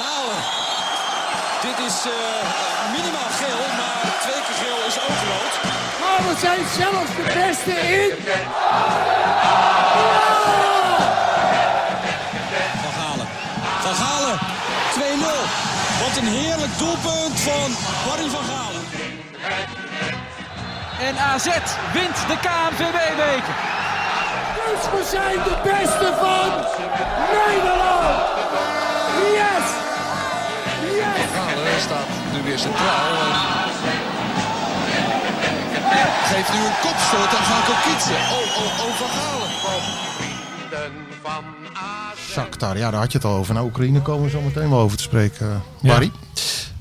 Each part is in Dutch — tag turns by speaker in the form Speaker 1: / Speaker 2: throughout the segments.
Speaker 1: Galen. Dit is eh, minimaal geel, maar twee keer geel is ook rood.
Speaker 2: Maar we zijn zelfs de beste in.
Speaker 1: Van Galen. Van Galen. 2-0. Wat een heerlijk doelpunt van Barry van Galen.
Speaker 3: En AZ wint de KNVB-beker.
Speaker 2: Dus we zijn de beste van Nederland. Yes! Yes!
Speaker 4: Galen staat nu weer centraal. En geeft nu een kopstoot aan Van Kokitsen. Oh, oh, oh, Van Galen.
Speaker 5: Shakhtar, ja, daar had je het al over. Nou, Oekraïne komen we zo meteen wel over te spreken, eh, Barry.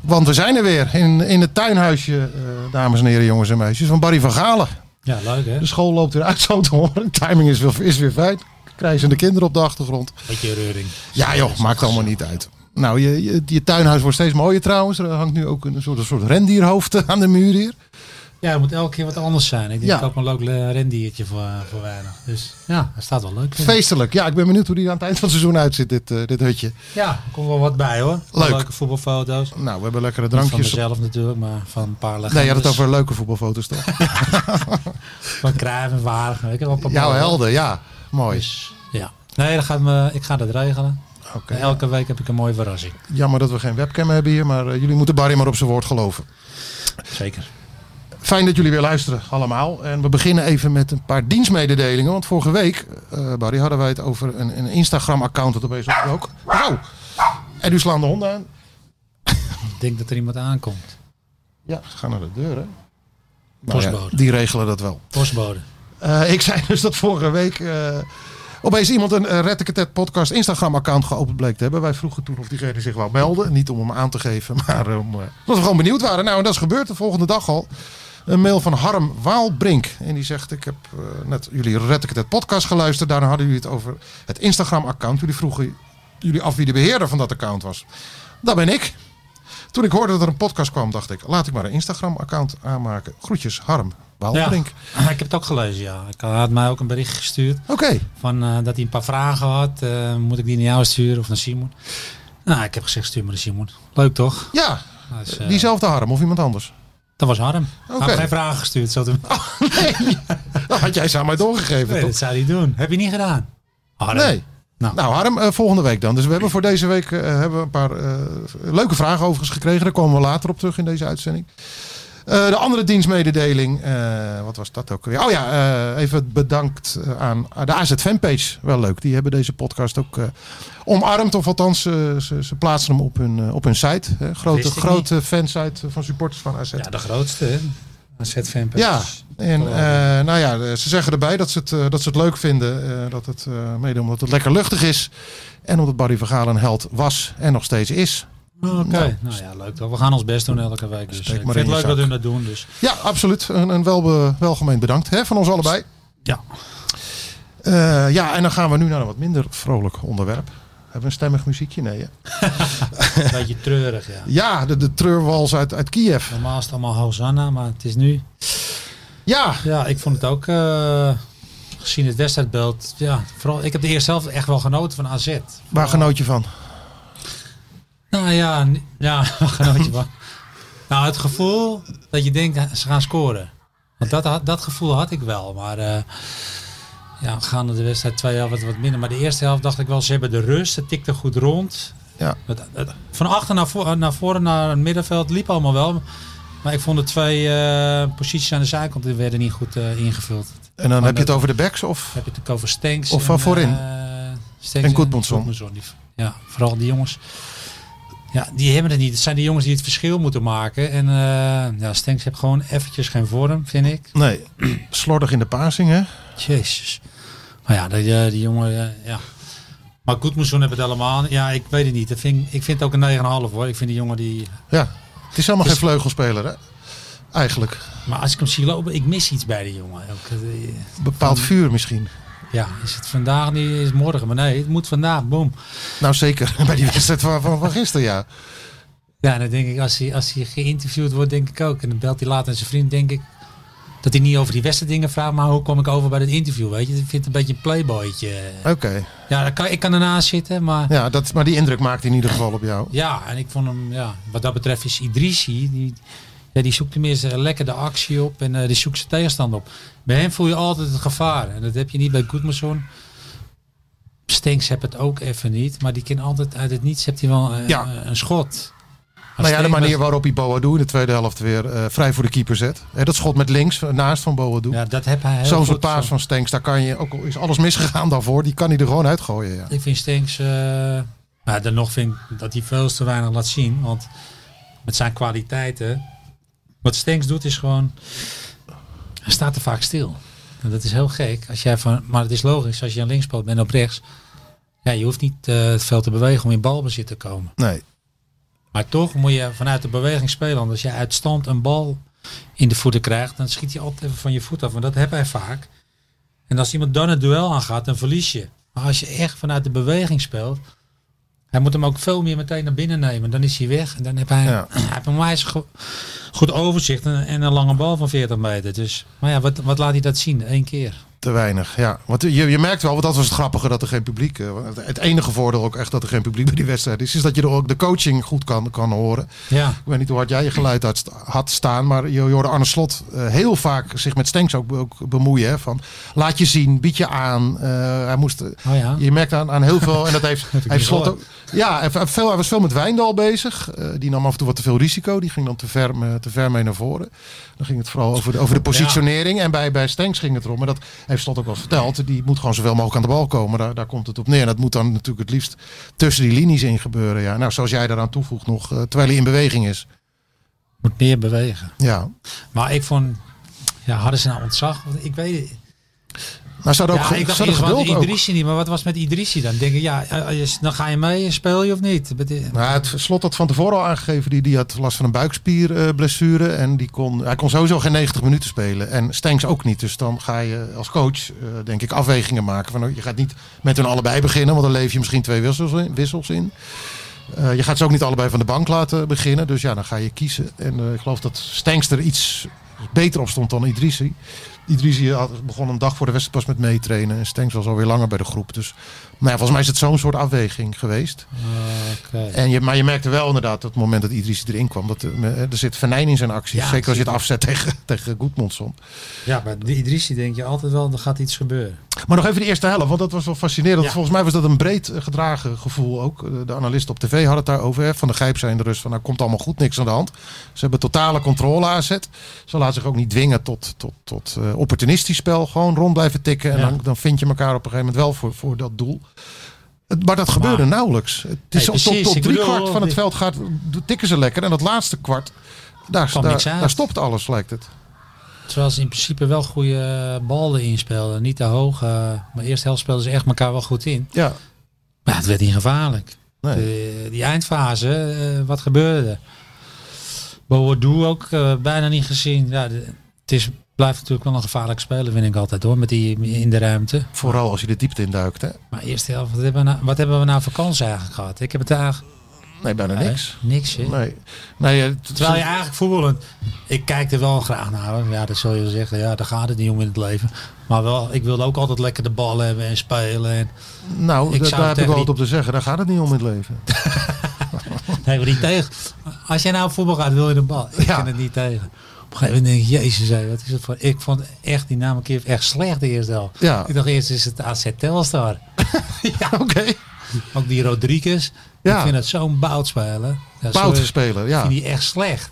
Speaker 5: Want we zijn er weer in, in het tuinhuisje, eh, dames en heren, jongens en meisjes, van Barry van Galen.
Speaker 6: Ja, leuk hè?
Speaker 5: De school loopt weer uit, zo te horen. Timing is weer, is weer fijn. Krijzende kinderen op de achtergrond.
Speaker 6: Beetje reuring.
Speaker 5: Ja joh, maakt allemaal niet uit. Nou, je, je, je tuinhuis wordt steeds mooier trouwens. Er hangt nu ook een soort, een soort rendierhoofd eh, aan de muur hier.
Speaker 6: Ja, het moet elke keer wat anders zijn. Ik denk
Speaker 5: Ja.
Speaker 6: ik ook een leuk eh, rendiertje voor, voor weinig. Dus ja, hij staat wel leuk. in.
Speaker 5: Feestelijk. Ja, ik ben benieuwd hoe die er aan het eind van het seizoen uitziet, dit, eh, dit hutje.
Speaker 6: Ja, er komt wel wat bij hoor. Wel
Speaker 5: Leuk.
Speaker 6: Leuke voetbalfoto's.
Speaker 5: Nou, we hebben lekkere
Speaker 6: Niet van
Speaker 5: drankjes.
Speaker 6: mezelf natuurlijk, maar van een paar legendes.
Speaker 5: Nee, je had het over leuke voetbalfoto's toch?
Speaker 6: Van Cruijff en Wagen. Ik heb wel een paar
Speaker 5: Jouw
Speaker 6: mooie.
Speaker 5: helden, ja. Mooi.
Speaker 6: Dus, ja. Nee, dat gaat me, ik ga dat regelen.
Speaker 5: Oké.
Speaker 6: Elke week heb ik een mooie verrassing.
Speaker 5: Jammer dat we geen webcam hebben hier, maar eh, jullie moeten Barry maar op zijn woord geloven.
Speaker 6: Zeker.
Speaker 5: Fijn dat jullie weer luisteren allemaal. En we beginnen even met een paar dienstmededelingen. Want vorige week, eh, Barry, hadden wij het over een, een Instagram-account dat opeens ook. Wow. En nu slaan de honden aan.
Speaker 6: Ik denk dat er iemand aankomt.
Speaker 5: Ja, ze gaan naar de deur, hè? Nou ja,
Speaker 6: Postbode.
Speaker 5: die regelen dat wel.
Speaker 6: Postbode.
Speaker 5: Eh, ik zei dus dat vorige week eh, opeens iemand een uh, Ted podcast Instagram account geopend bleek te hebben. Wij vroegen toen of diegene zich wou melden. Niet om hem aan te geven, maar om, eh, omdat we gewoon benieuwd waren. Nou, en dat is gebeurd de volgende dag al. Een mail van Harm Waalbrink. En die zegt, ik heb eh, net jullie Ted podcast geluisterd. Daarna hadden jullie het over het Instagram account. Jullie vroegen jullie af wie de beheerder van dat account was. Dat ben ik. Toen ik hoorde dat er een podcast kwam, dacht ik, laat ik maar een Instagram account aanmaken. Groetjes, Harm Waalbrink.
Speaker 6: Ik heb het ook gelezen, ja. Ik hij had mij ook een bericht gestuurd.
Speaker 5: Oké.
Speaker 6: Van, eh, dat hij een paar vragen had. Eh, moet ik die naar jou sturen of naar Simon? Nou, ik heb gezegd stuur maar naar Simon. Leuk toch?
Speaker 5: Ja,
Speaker 6: Dus, eh,
Speaker 5: diezelfde Harm of iemand anders.
Speaker 6: Dat was Harm. Hij
Speaker 5: Oké.
Speaker 6: had geen vragen gestuurd. Zo te...
Speaker 5: Nee, dat had jij ze aan mij doorgegeven.
Speaker 6: Oh, nee,
Speaker 5: toch?
Speaker 6: dat zou hij doen. Heb je niet gedaan? Harm.
Speaker 5: Nee.
Speaker 6: Nou.
Speaker 5: Nou Harm, eh, volgende week dan. Dus we hebben voor deze week eh, hebben we een paar eh, leuke vragen overigens gekregen. Daar komen we later op terug in deze uitzending. Eh, de andere dienstmededeling, eh, wat was dat ook weer? Oh ja, eh, even bedankt eh, aan de AZ Fanpage. Wel leuk, die hebben deze podcast ook eh, omarmd. Of althans, eh, ze, ze plaatsen hem op hun, eh, op hun site. hè.
Speaker 6: Wist
Speaker 5: Grote,
Speaker 6: ik niet.
Speaker 5: grote fansite van supporters van AZ.
Speaker 6: Ja, de grootste. hè. AZ fanpage.
Speaker 5: Ja, en eh, nou ja, eh, ze zeggen erbij dat ze het, eh, dat ze het leuk vinden. eh, dat het eh, mede omdat het lekker luchtig is. En omdat Barry Vergaal een held was en nog steeds is.
Speaker 6: Oké.
Speaker 5: Nou.
Speaker 6: Nou ja, leuk toch. We gaan ons best doen elke week. Dus
Speaker 5: Steek
Speaker 6: ik
Speaker 5: maar
Speaker 6: vind het
Speaker 5: in je
Speaker 6: leuk dat
Speaker 5: zak.
Speaker 6: hun dat doen. Dus.
Speaker 5: Ja, absoluut. Een, een welbe, welgemeend bedankt hè, van ons allebei.
Speaker 6: Ja.
Speaker 5: Eh, ja, en dan gaan we nu naar een wat minder vrolijk onderwerp. Hebben we een stemmig muziekje? Nee. Hè?
Speaker 6: Een beetje treurig, ja.
Speaker 5: Ja, de, de treurwals uit, uit Kiev.
Speaker 6: Normaal is het allemaal Hosanna, maar het is nu...
Speaker 5: Ja,
Speaker 6: Ja, ik vond het ook, eh, gezien het wedstrijdbeeld, ja, vooral, ik heb de eerste helft echt wel genoten van AZ.
Speaker 5: waar genoot je van?
Speaker 6: Nou ja, n- ja, genoot je van. Nou, het gevoel dat je denkt, eh, ze gaan scoren. Want dat, had- dat gevoel had ik wel, maar eh ja, gaande de wedstrijd twee helft wat, wat minder. Maar de eerste helft dacht ik wel, ze hebben de rust, het tikte goed rond.
Speaker 5: Ja.
Speaker 6: Het- het- van achter naar, voor, naar voren, naar het middenveld, liep allemaal wel. Maar ik vond de twee eh, posities aan de zijkant die werden niet goed eh, ingevuld.
Speaker 5: En dan heb je het over de backs of?
Speaker 6: heb je het ook over Stenks.
Speaker 5: Of van
Speaker 6: en,
Speaker 5: voorin.
Speaker 6: eh, Stenks
Speaker 5: En Goedmundsson.
Speaker 6: die- Ja, vooral die jongens. Ja, die hebben het niet. Het zijn die jongens die het verschil moeten maken. En eh, ja, Stenks heeft gewoon eventjes geen vorm, vind ik.
Speaker 5: Nee, slordig in de passing hè?
Speaker 6: Jezus. Maar ja, die, eh, die jongen, eh, ja. Maar Goedmundsson hebben het allemaal. Ja, ik weet het niet. Dat vind, ik- ik vind het ook een 9,5 hoor. Ik vind die jongen die...
Speaker 5: Ja, het is helemaal
Speaker 6: Het
Speaker 5: geen
Speaker 6: is-
Speaker 5: vleugelspeler hè? Eigenlijk.
Speaker 6: Maar als ik hem zie lopen, ik mis iets bij die jongen. Ook, eh,
Speaker 5: Bepaald vuur misschien.
Speaker 6: Ja, is het vandaag niet, is het morgen. Maar nee, het moet vandaag. Boom.
Speaker 5: Nou zeker, bij die wedstrijd van, van, van gisteren ja.
Speaker 6: Ja, en dan denk ik, als hij, als hij geïnterviewd wordt, denk ik ook. En dan belt hij later aan zijn vriend, denk ik. Dat hij niet over die westen dingen vraagt, maar hoe kom ik over bij het interview? Weet je, ik vind het een beetje een playboytje.
Speaker 5: Oké.
Speaker 6: Ja, dat kan, ik kan ernaast zitten, maar
Speaker 5: Ja, dat, maar die indruk maakt in ieder geval op jou.
Speaker 6: ja, en ik vond hem, ja, wat dat betreft is Idrissi, die, ja, die zoekt tenminste lekker de actie op en eh, die zoekt zijn tegenstand op. Bij hem voel je altijd het gevaar en dat heb je niet bij Goedmanson. Stinks heb het ook even niet, maar die kan altijd uit het niets, heeft hij wel eh,
Speaker 5: Ja.
Speaker 6: een schot.
Speaker 5: Nou ja, de
Speaker 6: Steenberg-
Speaker 5: manier waarop hij Boadu in de tweede helft weer eh, vrij voor de keeper zet. Hè, dat schot met links, eh, naast van Boadu.
Speaker 6: Ja, dat heb hij heel
Speaker 5: Zo'n soort
Speaker 6: goed
Speaker 5: paas
Speaker 6: zo.
Speaker 5: van Stenks, daar kan je, ook al is alles misgegaan daarvoor, die kan hij er gewoon uitgooien. Ja.
Speaker 6: Ik vind Stenks, eh, maar dan nog vind ik dat hij veel te weinig laat zien, want met zijn kwaliteiten, wat Stenks doet is gewoon, hij staat er vaak stil. En dat is heel gek, als jij van, maar het is logisch, als je aan linkspoot bent op rechts, ja, je hoeft niet eh, het veld te bewegen om in balbezit te komen.
Speaker 5: Nee.
Speaker 6: Maar toch moet je vanuit de beweging spelen, want als je uit stand een bal in de voeten krijgt, dan schiet je altijd even van je voet af, want dat heb hij vaak. En als iemand dan het duel aangaat, dan verlies je. Maar als je echt vanuit de beweging speelt, hij moet hem ook veel meer meteen naar binnen nemen. Dan is hij weg en dan heb hij,
Speaker 5: Ja.
Speaker 6: hij heeft een wijs go- goed overzicht en, en een lange bal van 40 meter. Dus, maar ja, wat, wat laat hij dat zien? Eén keer.
Speaker 5: Te weinig, ja. Want je, je merkt wel, want dat was het grappige, dat er geen publiek... eh, want het enige voordeel ook echt dat er geen publiek bij die wedstrijd is... is dat je er ook de coaching goed kan, kan horen.
Speaker 6: Ja.
Speaker 5: Ik weet niet hoe hard jij je geluid had, had staan, maar je, je hoorde Arne Slot eh, heel vaak zich met Stenks ook, ook bemoeien. Hè, van, laat je zien, bied je aan. Eh, hij moest,
Speaker 6: Oh ja.
Speaker 5: Je merkt aan, aan heel veel, en dat heeft,
Speaker 6: ik
Speaker 5: heeft
Speaker 6: niet
Speaker 5: Slot ook...
Speaker 6: gehoord.
Speaker 5: Ja, hij, heeft veel, hij was veel met Wijndal bezig. Eh, die nam af en toe wat te veel risico. Die ging dan te ver, me- te ver mee naar voren. Dan ging het vooral over de, over de positionering. En bij, bij Stenks ging het erom. Maar dat heeft Slot ook wel verteld. Die moet gewoon zoveel mogelijk aan de bal komen. Daar, daar komt het op neer. En dat moet dan natuurlijk het liefst tussen die linies in gebeuren. Ja. Nou, zoals jij daaraan toevoegt nog, eh, terwijl hij in beweging is.
Speaker 6: Moet meer bewegen.
Speaker 5: Ja.
Speaker 6: Maar ik vond, ja, hadden ze nou ontzag? Want Ik weet het.
Speaker 5: Maar ze hadden ook
Speaker 6: Ja,
Speaker 5: ge- ze
Speaker 6: ik dacht
Speaker 5: hadden
Speaker 6: eerst wat
Speaker 5: geduld ook.
Speaker 6: Idrissi niet, maar wat was met Idrissi dan? Denk ik, ja, eh, eh, dan ga je mee, speel je of niet? Bet-
Speaker 5: Nou, het slot had van tevoren al aangegeven. Die, die had last van een buikspierblessure. en die kon, hij kon sowieso geen 90 minuten spelen. En Stenks ook niet. Dus dan ga je als coach, eh, denk ik, afwegingen maken. Van, oh, je gaat niet met hun allebei beginnen. Want dan leef je misschien twee wissels in. Wissels in. Eh, je gaat ze ook niet allebei van de bank laten beginnen. Dus ja, dan ga je kiezen. En eh, ik geloof dat Stenks er iets beter op stond dan Idrisi. Idrisi had, begon een dag voor de wedstrijd pas met meetrainen. En Stenks was alweer langer bij de groep. Dus nou ja, volgens mij is het zo'n soort afweging geweest.
Speaker 6: Oké.
Speaker 5: En je, maar je merkte wel inderdaad, dat het moment dat Idris erin kwam, dat eh, er zit venijn in zijn acties.
Speaker 6: Ja,
Speaker 5: Zeker als je het afzet tegen, tegen Goedmondson.
Speaker 6: Ja, maar die Idrissi denk je altijd wel, er gaat iets gebeuren.
Speaker 5: Maar nog even de eerste helft, want dat was wel fascinerend.
Speaker 6: Ja.
Speaker 5: Volgens mij was dat een breed eh, gedragen gevoel ook. Eh, De analisten op tv hadden het daarover. Hè. Van de Gijp zijn de rust van, nou komt allemaal goed, niks aan de hand. Ze hebben totale controle aanzet. Ze laten zich ook niet dwingen tot, tot, tot eh, opportunistisch spel. Gewoon rond blijven tikken en
Speaker 6: Ja.
Speaker 5: dan, dan vind je elkaar op een gegeven moment wel voor, voor dat doel. Het- Maar dat gebeurde nauwelijks. Het is
Speaker 6: Nee,
Speaker 5: op- tot,
Speaker 6: precies,
Speaker 5: tot
Speaker 6: ik
Speaker 5: drie
Speaker 6: bedoel,
Speaker 5: kwart van het
Speaker 6: die-
Speaker 5: veld gaat, tikken ze lekker. En dat laatste kwart, daar,
Speaker 6: Kwam
Speaker 5: daar,
Speaker 6: niks uit.
Speaker 5: daar stopt alles lijkt het.
Speaker 6: Terwijl ze in principe wel goede eh, ballen inspelden. Niet te hoog, eh, maar eerst helft speelden ze echt elkaar wel goed in.
Speaker 5: Ja,
Speaker 6: Maar het werd niet gevaarlijk.
Speaker 5: Nee.
Speaker 6: De- die eindfase, eh, wat gebeurde er? Boadu ook eh, bijna niet gezien. Ja, de- het is, blijft natuurlijk wel een gevaarlijk speler, vind ik altijd hoor, met die in de ruimte.
Speaker 5: vooral als je de diepte induikt. Hè.
Speaker 6: Maar eerste helft, wat hebben we nou, wat hebben we nou voor kans eigenlijk gehad? Ik heb het eigenlijk
Speaker 5: Nee, bijna niks.
Speaker 6: Eh, niks hè?
Speaker 5: Nee. nee eh, t-
Speaker 6: Terwijl je eigenlijk voetballend... Ik kijk er wel graag naar. hoor. Ja, dat zul je wel zeggen. Ja, daar gaat het niet om in het leven. Maar wel, ik wilde ook altijd lekker de bal hebben en spelen. En,
Speaker 5: Nou,
Speaker 6: Ik
Speaker 5: da-
Speaker 6: zou
Speaker 5: daar heb ik
Speaker 6: tegen
Speaker 5: wel wat
Speaker 6: die-
Speaker 5: op te zeggen. Daar gaat het niet om in het leven.
Speaker 6: nee, maar niet tegen. Als jij nou voetbal gaat, wil je de bal. Ik
Speaker 5: Ja.
Speaker 6: kan het niet tegen. Op een gegeven moment denk ik, jezus, hé, wat is het voor... Ik vond echt die naam een keer echt slecht de eerste helft.
Speaker 5: Ja.
Speaker 6: Ik dacht eerst is het AZ Telstar. ja,
Speaker 5: Oké.
Speaker 6: ook die Rodriguez.
Speaker 5: Ja.
Speaker 6: Ik vind het zo'n bout spelen. Ja,
Speaker 5: Bout
Speaker 6: sorry,
Speaker 5: speler, ja.
Speaker 6: Ik vind die echt slecht.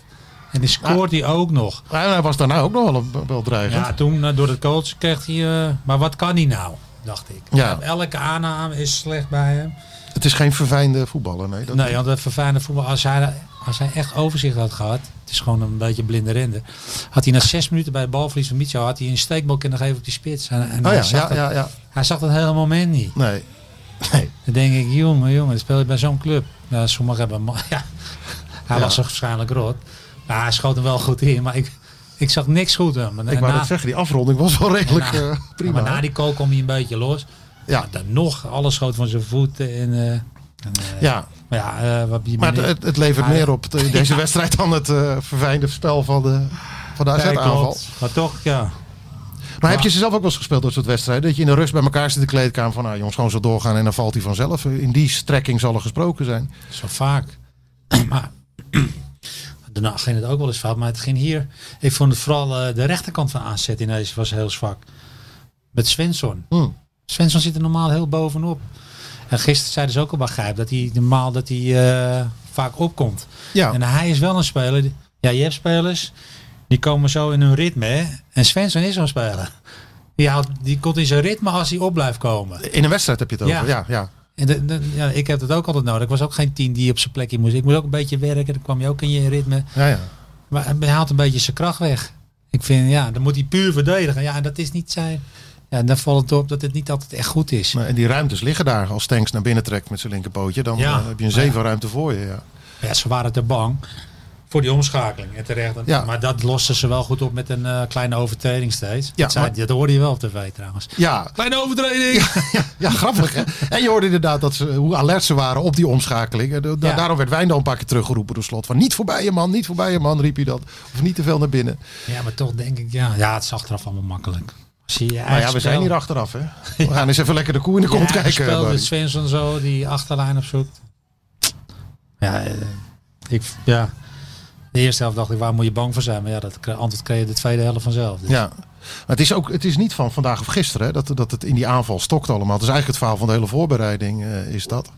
Speaker 6: En die scoort hij ook nog.
Speaker 5: En hij was daarna ook nog wel, een- wel dreigend.
Speaker 6: Ja, toen eh, door de coach kreeg hij. eh, maar wat kan hij nou? Dacht ik.
Speaker 5: Ja.
Speaker 6: Elke aanname is slecht bij hem.
Speaker 5: Het is geen verfijnde voetballer, nee. Dat,
Speaker 6: Nee, want dat verfijnde voetbal. Als hij, als hij echt overzicht had gehad. Het is gewoon een beetje blinde rende. Had hij na zes minuten bij het balverlies van Micho. had hij een steekbal kunnen geven op die spits. En, en
Speaker 5: Oh
Speaker 6: hij,
Speaker 5: ja,
Speaker 6: zag
Speaker 5: ja,
Speaker 6: dat,
Speaker 5: ja, ja.
Speaker 6: hij zag dat hele moment niet.
Speaker 5: Nee.
Speaker 6: Dan denk ik, jongen, jongen, dan speel je bij zo'n club. Ja, sommigen hebben. hem- Ja, hij
Speaker 5: Ja.
Speaker 6: was toch waarschijnlijk rot. Maar hij schoot hem wel goed in. Maar ik, ik zag niks goed aan hem. En
Speaker 5: Ik wou
Speaker 6: na-
Speaker 5: net zeggen, die afronding was wel redelijk
Speaker 6: Ja.
Speaker 5: eh, prima.
Speaker 6: Maar na die kool kwam hij een beetje los.
Speaker 5: Ja.
Speaker 6: Maar dan nog, alles schoot van zijn voeten. En, eh, en, eh,
Speaker 5: ja,
Speaker 6: Maar ja, eh, wat die
Speaker 5: maar het,
Speaker 6: meneer-
Speaker 5: het- het levert
Speaker 6: Maar-
Speaker 5: meer op in deze wedstrijd dan het eh verfijnde spel van de, Van de
Speaker 6: Ja, klopt.
Speaker 5: AZ-aanval.
Speaker 6: Maar toch, ja.
Speaker 5: Maar heb je ze zelf ook wel eens gespeeld, dat soort wedstrijden? Dat je in de rust bij elkaar zit in de kleedkamer van... nou jongens, gewoon zo doorgaan en dan valt hij vanzelf. In die strekking zal er gesproken zijn.
Speaker 6: Zo vaak. maar daarna ging het ook wel eens fout. Maar het ging hier. Ik vond het vooral eh, de rechterkant van AZ in deze was heel zwak. Met Svensson.
Speaker 5: Hmm.
Speaker 6: Svensson zit er normaal heel bovenop. En gisteren zeiden ze ook al bij Gijp dat hij normaal dat hij eh, vaak opkomt.
Speaker 5: Ja,
Speaker 6: En hij is wel een speler. die- Ja, je hebt spelers die komen zo in hun ritme. Hè? En Svensson is zo'n speler. Die, houdt, die komt in zijn ritme als hij op blijft komen.
Speaker 5: in een wedstrijd heb je het over.
Speaker 6: Ja.
Speaker 5: Ja, ja.
Speaker 6: En de- de- ja, ik heb dat ook altijd nodig. Ik was ook geen tien die op zijn plekje moest. Ik moest ook een beetje werken. Dan kwam je ook in je ritme.
Speaker 5: ja, ja.
Speaker 6: Maar hij haalt een beetje zijn kracht weg. Ik vind, ja, dan moet hij puur verdedigen. Ja, en dat is niet zijn. Ja, en dan valt het op dat het niet altijd echt goed is.
Speaker 5: Maar- En die ruimtes liggen daar. Als Tanks naar binnen trekt met zijn linkerpootje... dan
Speaker 6: Ja.
Speaker 5: eh, heb je een zeven ruimte voor je. Ja.
Speaker 6: Ja, ze waren te bang voor die omschakeling. En terecht.
Speaker 5: Ja.
Speaker 6: Maar dat losten ze wel goed op met een eh, kleine overtreding steeds.
Speaker 5: Ja,
Speaker 6: dat, zei-
Speaker 5: maar-
Speaker 6: dat hoorde je wel op tv trouwens.
Speaker 5: Ja,
Speaker 6: Kleine overtreding!
Speaker 5: ja, ja, grappig hè. En je hoorde inderdaad dat ze, hoe alert ze waren op die omschakeling. En eh, da-
Speaker 6: Ja.
Speaker 5: Daarom werd Wijndal een paar keer teruggeroepen door slot. Van niet voorbij je man, niet voorbij je man, riep hij dat. Of niet te veel naar binnen.
Speaker 6: Ja, maar toch denk ik, ja, ja het is achteraf allemaal makkelijk. Zie je
Speaker 5: Maar ja, we zijn hier achteraf hè. We gaan eens even lekker de koe in de kont kijken.
Speaker 6: Spel
Speaker 5: Barry.
Speaker 6: met Svensson zo, die achterlijn opzoekt. Ja, eh, ik, ja. De eerste helft dacht ik, waar moet je bang voor zijn? Maar ja, dat kre- antwoord kreeg je de tweede helft vanzelf. Dus-
Speaker 5: Ja, maar het is, ook, het is niet van vandaag of gisteren hè, dat, dat het in die aanval stokt allemaal. Het is eigenlijk het verhaal van de hele voorbereiding, eh, is dat.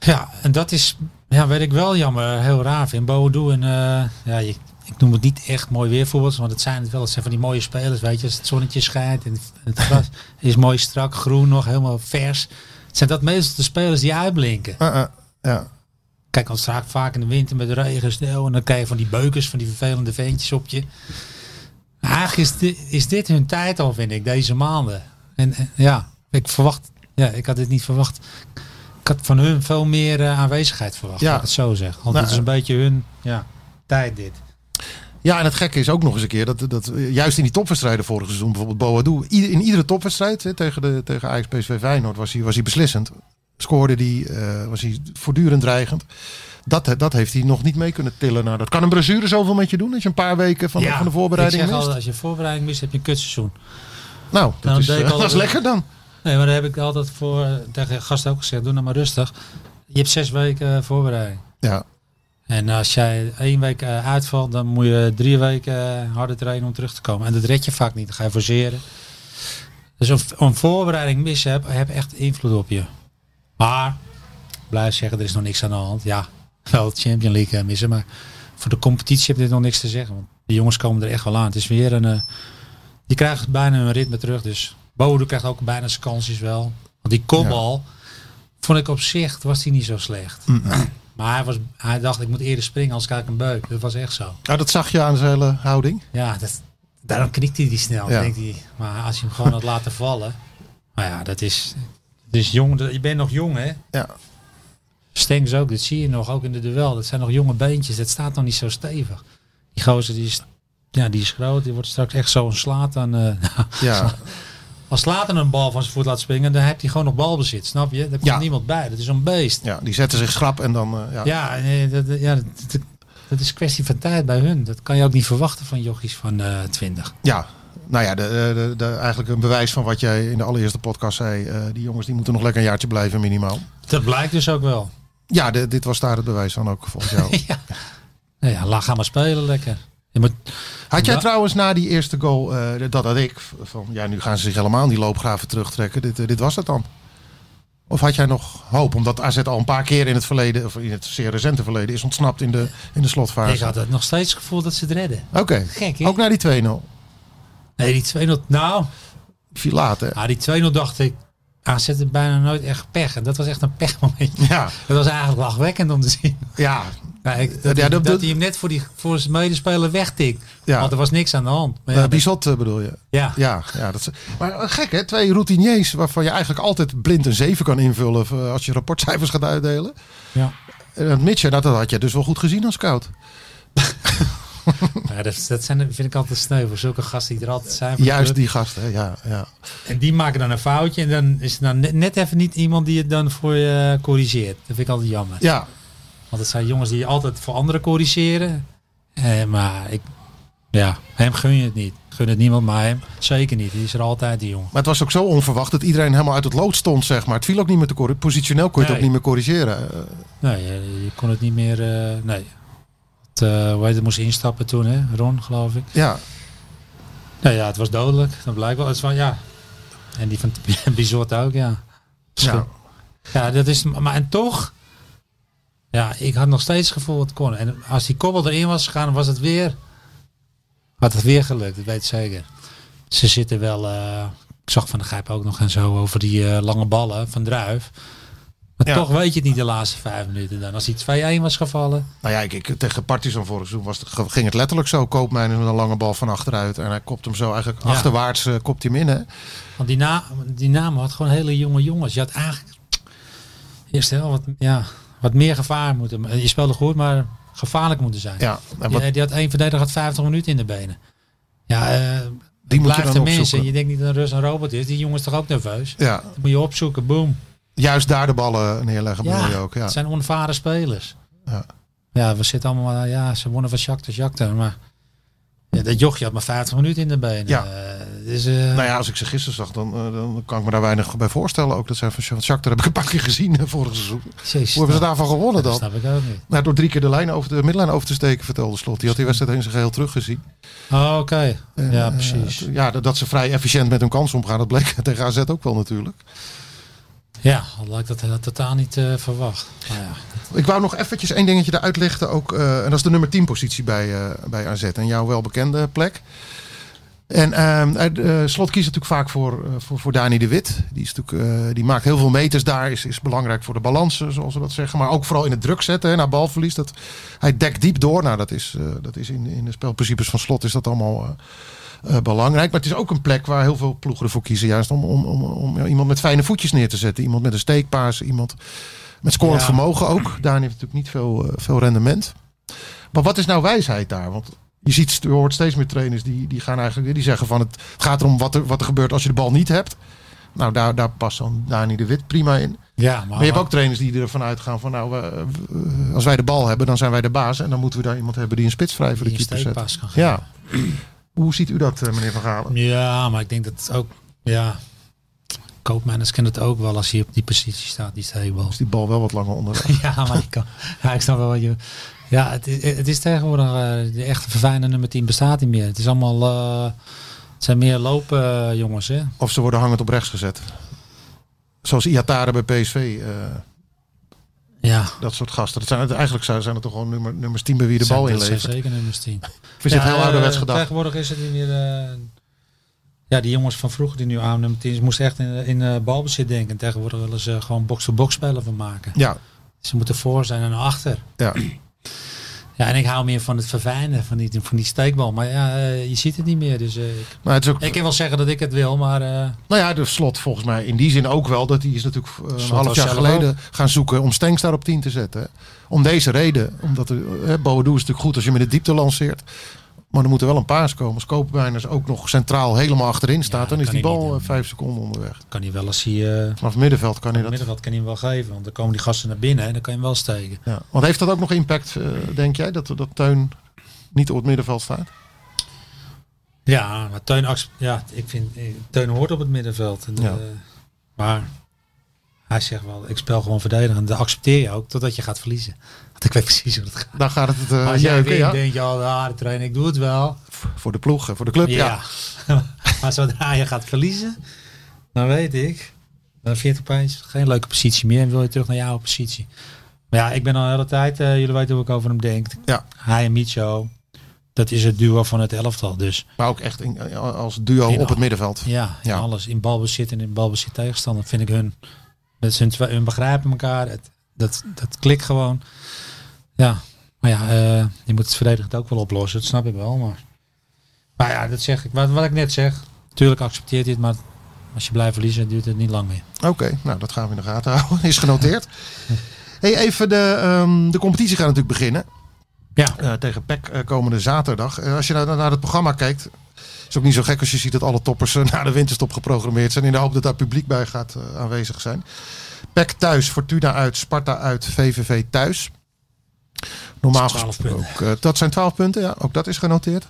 Speaker 6: Ja, en dat is, ja, weet ik wel jammer, heel raar vind. Boadu en, eh, ja, je- ik noem het niet echt mooi weervoetballers, want het zijn het wel. Het zijn van die mooie spelers, weet je. Als het zonnetje schijnt en het gras is mooi strak, groen nog, helemaal vers. Het zijn dat meestal de spelers die uitblinken.
Speaker 5: Eh, eh, ja.
Speaker 6: Kijk, want vaak, vaak in de winter met regen, sneeuw. En dan krijg je van die beukers, van die vervelende ventjes op je. Eigenlijk is, di- is dit hun tijd al, vind ik, deze maanden. En eh, ja, ik verwacht, ja, ik had dit niet verwacht. Ik had van hun veel meer eh, aanwezigheid verwacht,
Speaker 5: Ja.
Speaker 6: ja. ik het zo zeg. Want
Speaker 5: Nou,
Speaker 6: het is een beetje hun ja, tijd dit.
Speaker 5: ja, en het gekke is ook nog eens een keer dat, dat eh, juist in die topwedstrijden vorig seizoen, bijvoorbeeld Boadu, ieder- in iedere topwedstrijd hè, tegen, de, tegen Ajax PSV Feyenoord was hij, was hij beslissend. Scoorde die, eh, was hij voortdurend dreigend. Dat, dat heeft hij nog niet mee kunnen tillen. Nou, dat kan een blessure zoveel met je doen, dat je een paar weken van,
Speaker 6: Ja,
Speaker 5: van de voorbereiding
Speaker 6: ik
Speaker 5: mist.
Speaker 6: zeg al, als je voorbereiding mist, heb je een kutseizoen.
Speaker 5: Nou, dat,
Speaker 6: Nou,
Speaker 5: is,
Speaker 6: deed ik
Speaker 5: eh,
Speaker 6: al-
Speaker 5: dat is lekker dan.
Speaker 6: Nee, maar daar heb ik altijd voor eh, tegen gasten ook gezegd, doe nou maar rustig. Je hebt zes weken eh, voorbereiding.
Speaker 5: Ja,
Speaker 6: En als jij één week eh, uitvalt, dan moet je drie weken eh, harder trainen om terug te komen. En dat red je vaak niet. Dan ga je forceren. Dus een, een voorbereiding missen heb, heb echt invloed op je. Maar, blijf zeggen, er is nog niks aan de hand. Ja, wel de Champions League eh, missen. Maar voor de competitie heb je dit nog niks te zeggen. Want de jongens komen er echt wel aan. Het is weer een... eh, die krijgt bijna hun ritme terug. Dus Bodo krijgt ook bijna zijn kansjes wel. Want die kopbal, vond ik op zich, was die niet zo slecht. Maar hij, was, hij dacht, ik moet eerder springen, anders krijg ik een beuk. Dat was echt zo.
Speaker 5: nou, dat zag je aan zijn hele houding.
Speaker 6: Ja, dat, daarom knikt hij die snel.
Speaker 5: Ja.
Speaker 6: Denkt hij, maar als je hem gewoon had laten vallen. Maar ja, dat is, dat is jong. dat- Je bent nog jong, hè?
Speaker 5: Ja.
Speaker 6: Stengs ook, dat zie je nog, ook in de duel. Dat zijn nog jonge beentjes, dat staat nog niet zo stevig. Die gozer, die is, ja, die is groot. Die wordt straks echt zo'n slaat aan... eh,
Speaker 5: Ja,
Speaker 6: Als Slater een bal van zijn voet laat springen, dan heeft hij gewoon nog balbezit, snap je? Daar komt
Speaker 5: Ja.
Speaker 6: niemand bij. Dat is een beest.
Speaker 5: ja die zetten zich schrap en dan... eh, ja.
Speaker 6: Ja, eh, dat, dat- ja dat, dat- dat is kwestie van tijd bij hun. Dat kan je ook niet verwachten van jochies van eh 20.
Speaker 5: ja, nou ja, de, de, de- eigenlijk een bewijs van wat jij in de allereerste podcast zei. eh, die jongens die moeten nog lekker een jaartje blijven minimaal.
Speaker 6: Dat blijkt dus ook wel.
Speaker 5: Ja, de- dit was daar het bewijs van ook volgens jou.
Speaker 6: ja. Nou ja, laat gaan maar spelen lekker. Je moet,
Speaker 5: Had jij
Speaker 6: Ja.
Speaker 5: trouwens na die eerste goal, eh, dat had ik, van ja nu gaan ze zich helemaal in die loopgraven terugtrekken. Dit, eh, dit was het dan. Of had jij nog hoop? Omdat AZ al een paar keer in het verleden, of in het zeer recente verleden, is ontsnapt in de, in de
Speaker 6: ik
Speaker 5: slotfase.
Speaker 6: had het nog steeds het gevoel dat ze het redden.
Speaker 5: Oké,
Speaker 6: Gek, hè?
Speaker 5: ook na die 2-0.
Speaker 6: Nee, die 2-0. Nou,
Speaker 5: Viel laat hè?
Speaker 6: ah, die 2-0 dacht ik. AZ het Ah, bijna nooit echt pech. En dat was echt een pechmomentje.
Speaker 5: Ja,
Speaker 6: Dat was eigenlijk lachwekkend om te zien.
Speaker 5: ja,
Speaker 6: Ja, ik- dat,
Speaker 5: Ja,
Speaker 6: hij-
Speaker 5: dat-
Speaker 6: dat
Speaker 5: dat-
Speaker 6: hij hem net voor, die, voor zijn medespeler wegtikt.
Speaker 5: Ja.
Speaker 6: Want er was niks aan de hand. Maar ja,
Speaker 5: Eh,
Speaker 6: dat-
Speaker 5: Bizot eh, bedoel je?
Speaker 6: ja.
Speaker 5: Ja, ja dat is, maar eh, gek hè? Twee routiniers waarvan je eigenlijk altijd blind een 7 kan invullen eh, als je rapportcijfers gaat uitdelen.
Speaker 6: Ja.
Speaker 5: En dat Mitchell, nou, dat had je dus wel goed gezien als scout.
Speaker 6: Ja, dat, dat zijn, vind ik altijd sneu voor zulke gasten die er altijd zijn. voor de
Speaker 5: Juist
Speaker 6: club.
Speaker 5: die gast, hè? Ja, ja.
Speaker 6: En die maken dan een foutje en dan is er dan net, net even niet iemand die het dan voor je corrigeert. Dat vind ik altijd jammer.
Speaker 5: ja.
Speaker 6: Want het zijn jongens die altijd voor anderen corrigeren. Eh, maar ik, Ja, hem gun je het niet. Gun het niemand, maar hem zeker niet. Die is er altijd, die jongen.
Speaker 5: Maar het was ook zo onverwacht dat iedereen helemaal uit het lood stond, zeg maar. Het viel ook niet meer te corrigeren. Positioneel kon je het
Speaker 6: Nee.
Speaker 5: ook niet meer corrigeren. Eh,
Speaker 6: Nee, je, je kon het niet meer... eh, nee. Het, eh, hoe heet het, moest instappen toen, hè? Ron, geloof ik.
Speaker 5: ja,
Speaker 6: Nou ja, het was dodelijk. Dat blijkt wel. Het is van, ja. En die van Bizot ook, ja.
Speaker 5: ja.
Speaker 6: Ja, dat is. Maar en toch. Ja, ik had nog steeds het gevoel dat het kon. En als die kobbel erin was gegaan, was het weer. Had het weer gelukt, ik weet het zeker. Ze zitten wel. eh, ik zag van de Gijp ook nog en zo over die eh, lange ballen van Druif. Maar
Speaker 5: Ja.
Speaker 6: toch weet je het niet de laatste vijf minuten dan. Als die 2-1 was gevallen.
Speaker 5: Nou ja, ik, ik- tegen Partizan vorig seizoen was, het- ging het letterlijk zo. Koopmijn met een lange bal van achteruit. En hij kopt hem zo eigenlijk
Speaker 6: Ja.
Speaker 5: achterwaarts eh, kopt hij hem in. Hè?
Speaker 6: Want die, na, die naam had gewoon hele jonge jongens. Je had eigenlijk eerst heel wat, ja, wat meer gevaar moeten. Je speelde goed, maar gevaarlijk moeten zijn.
Speaker 5: Ja, en wat,
Speaker 6: Die, die had één verdediger had 50 minuten in de benen. Ja, eh
Speaker 5: die moet je
Speaker 6: blijft de
Speaker 5: dan
Speaker 6: mensen.
Speaker 5: opzoeken.
Speaker 6: Je denkt niet dat een Rus een robot is. Die jongen is toch ook nerveus?
Speaker 5: Ja,
Speaker 6: Dat moet je opzoeken, boom.
Speaker 5: juist daar de ballen neerleggen bedoel je ook. Ja.
Speaker 6: Het zijn onervaren spelers.
Speaker 5: Ja.
Speaker 6: Ja, we zitten allemaal, eh, ja, ze wonnen van Shakhtar, Shakhtar, maar ja, dat jochje had maar 50 minuten in de benen.
Speaker 5: Ja.
Speaker 6: Eh, dus, eh,
Speaker 5: Nou ja, als ik ze gisteren zag, dan, eh, dan kan ik me daar weinig bij voorstellen. Ook dat zijn van Shakhtar heb ik een pakje gezien eh, vorig seizoen.
Speaker 6: jezus, nou,
Speaker 5: Hoe hebben ze daarvan gewonnen
Speaker 6: dat
Speaker 5: dan?
Speaker 6: snap ik ook niet.
Speaker 5: Nou, door drie keer de lijn over de middenlijn over te steken, vertelde Slot. Die had die wedstrijd in zijn geheel teruggezien.
Speaker 6: Oh, oké. Ja,
Speaker 5: Eh,
Speaker 6: precies.
Speaker 5: ja, dat, dat ze vrij efficiënt met hun kans omgaan, dat bleek tegen AZ ook wel natuurlijk.
Speaker 6: Ja, al had ik dat eh, totaal niet eh, verwacht. Maar ja.
Speaker 5: Ik wou nog eventjes één dingetje eruit lichten. Ook, eh, en dat is de nummer 10 positie bij, eh, bij AZ. En jouw welbekende plek. En ehm, uit- eh, Slot kiest natuurlijk vaak voor, eh, voor, voor Dani de Wit. Die, is natuurlijk, eh, die maakt heel veel meters daar. Is, is belangrijk voor de balansen, zoals we dat zeggen. Maar ook vooral in het druk zetten hè, naar balverlies. Dat, hij dekt diep door. Nou, dat is, eh, dat is in, in de spelprincipes van Slot is dat allemaal eh, eh, belangrijk. Maar het is ook een plek waar heel veel ploegen ervoor kiezen. Juist om, om, om, om ja, iemand met fijne voetjes neer te zetten. Iemand met een steekpaas. Iemand met scorend
Speaker 6: Ja.
Speaker 5: vermogen ook. Dani heeft natuurlijk niet veel, eh, veel rendement. Maar wat is nou wijsheid daar? Want je, ziet, je hoort steeds meer trainers die, die, gaan eigenlijk, die zeggen van het gaat erom wat er, wat er gebeurt als je de bal niet hebt. Nou, daar, daar past dan Dani de Wit prima in.
Speaker 6: ja, maar,
Speaker 5: Maar je hebt ook trainers die ervan uitgaan van nou, we- we- als wij de bal hebben, dan zijn wij de baas. En dan moeten we daar iemand hebben die een spits vrij voor de
Speaker 6: die een
Speaker 5: keeper zet.
Speaker 6: steekpas kan geven.
Speaker 5: Ja. Hoe ziet u dat, eh, meneer Van Galen?
Speaker 6: Ja, maar ik denk dat het ook, ja, koopmanners kennen het ook wel als hij op die positie staat, die steekbal.
Speaker 5: Is die bal wel wat langer onderweg?
Speaker 6: Ja, maar ik, kan, ja, ik snap wel wat je... Ja, het is, het is tegenwoordig... eh, de echte verfijnde nummer 10 bestaat niet meer. Het is allemaal... eh, het zijn meer lopen eh, jongens, hè?
Speaker 5: Of ze worden hangend op rechts gezet? Zoals Iatare bij PSV, eh,
Speaker 6: Ja.
Speaker 5: dat soort gasten. Dat zijn, het- eigenlijk zijn zijn het toch gewoon nummer, nummers 10 bij wie de
Speaker 6: Zijn-
Speaker 5: bal
Speaker 6: dat zijn
Speaker 5: inlevert.
Speaker 6: zeker nummers 10.
Speaker 5: Is dit heel
Speaker 6: eh,
Speaker 5: ouderwets gedacht?
Speaker 6: Tegenwoordig is het niet meer... eh, ja, die jongens van vroeger die nu aan nummer 10 is, moesten echt in, in eh, balbezit denken. En Tegenwoordig willen ze gewoon box-to-box spellen van maken.
Speaker 5: Ja,
Speaker 6: Ze moeten voor zijn en achter.
Speaker 5: ja.
Speaker 6: Ja, en ik hou meer van het verfijnen, van die, van die steekbal. Maar ja, eh, je ziet het niet meer. Dus eh, ik,
Speaker 5: Maar het is ook,
Speaker 6: ik kan wel zeggen dat ik het wil, maar... eh,
Speaker 5: nou ja, de slot volgens mij in die zin ook wel. Dat hij is natuurlijk eh, een
Speaker 6: Slot
Speaker 5: half
Speaker 6: was
Speaker 5: jaar
Speaker 6: zelf
Speaker 5: geleden gaan zoeken om Stengs daar op 10 te zetten. hè. Om deze reden. Omdat de, eh, Boadu is natuurlijk goed als je met de diepte lanceert. Maar er moet er wel een paas komen. Als Koopmeiners ook nog centraal helemaal achterin staat.
Speaker 6: dat
Speaker 5: dan is
Speaker 6: kan
Speaker 5: die
Speaker 6: hij
Speaker 5: bal
Speaker 6: niet
Speaker 5: eh,
Speaker 6: doen.
Speaker 5: vijf seconden onderweg.
Speaker 6: kan hij wel als hij eh,
Speaker 5: Vanaf het middenveld kan hij dat.
Speaker 6: middenveld kan hij hem wel geven. Want dan komen die gasten naar binnen en dan kan je hem wel steken.
Speaker 5: Ja. Want heeft dat ook nog impact, eh, denk jij? Dat, dat Teun niet op het middenveld staat?
Speaker 6: Ja, maar Teun, accept- ja, ik vind, eh, Teun hoort op het middenveld. En,
Speaker 5: Ja.
Speaker 6: eh, maar hij zegt wel, ik speel gewoon verdedigen. En dat accepteer je ook totdat je gaat verliezen. Want ik weet precies hoe dat gaat.
Speaker 5: Daar gaat het eh
Speaker 6: Als jij
Speaker 5: jeuken,
Speaker 6: wint,
Speaker 5: ja.
Speaker 6: denk je al, ah, de trainer, ik doe het wel.
Speaker 5: Voor de ploeg, eh, voor de club. Ja.
Speaker 6: Ja. maar zodra je gaat verliezen, dan weet ik. Dan vind je het opeens geen leuke positie meer en wil je terug naar jouw positie. Maar ja, ik ben al de hele tijd, eh, jullie weten hoe ik over hem denk.
Speaker 5: Ja.
Speaker 6: Hij en Micho, dat is het duo van het elftal. Dus
Speaker 5: Maar ook echt in- eh, als duo
Speaker 6: In
Speaker 5: op het
Speaker 6: al-
Speaker 5: middenveld.
Speaker 6: ja, in
Speaker 5: Ja.
Speaker 6: alles. In balbezit en in balbezit tegenstander vind ik hun, met hun, twee, hun begrijpen elkaar. Het, dat, dat klikt gewoon. Ja, maar ja, eh, je moet het verdedigend ook wel oplossen. Dat snap ik wel. Maar, maar ja, dat zeg ik. Wat, wat ik net zeg. Tuurlijk accepteert dit, maar als je blijft verliezen, duurt het niet lang meer.
Speaker 5: Oké, nou dat gaan we in de gaten houden. Is genoteerd. Hey, even de, ehm, de competitie gaat natuurlijk beginnen.
Speaker 6: Ja.
Speaker 5: Eh, tegen PEC eh, komende zaterdag. Eh, als je naar, naar het programma kijkt, is ook niet zo gek als je ziet dat alle toppers eh, na de winterstop geprogrammeerd zijn. In de hoop dat daar publiek bij gaat eh, aanwezig zijn. PEC thuis, Fortuna uit, Sparta uit, VVV thuis. Normaal
Speaker 6: Dat is 12
Speaker 5: gesproken. ook, eh, dat zijn 12 punten, ja. Ook dat is genoteerd.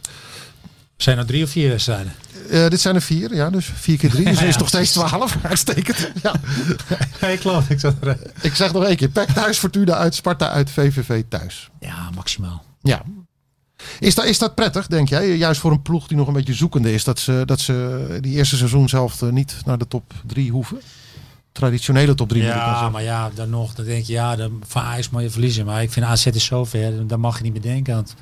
Speaker 6: Zijn er drie of vier wedstrijden?
Speaker 5: Eh, dit zijn er vier, ja, dus vier keer drie. Dus
Speaker 6: Ja.
Speaker 5: is toch steeds twaalf. Uitstekend. Ja.
Speaker 6: Nee, klopt. Ik zat er,
Speaker 5: Ik zeg nog één keer. Pek thuis, Fortuna uit, Sparta uit, VVV thuis.
Speaker 6: ja, maximaal.
Speaker 5: Ja. Is dat, is dat prettig, denk jij? Juist voor een ploeg die nog een beetje zoekende is. Dat ze, dat ze die eerste seizoen zelf eh, niet naar de top drie hoeven. Traditionele top drie. moet ik wel
Speaker 6: Ja,
Speaker 5: zeggen.
Speaker 6: maar ja, dan nog. Dan denk je, ja, dan, van Ajax mag je verliezen. Maar ik vind AZ is zo ver. Dan mag je niet meer denken. Want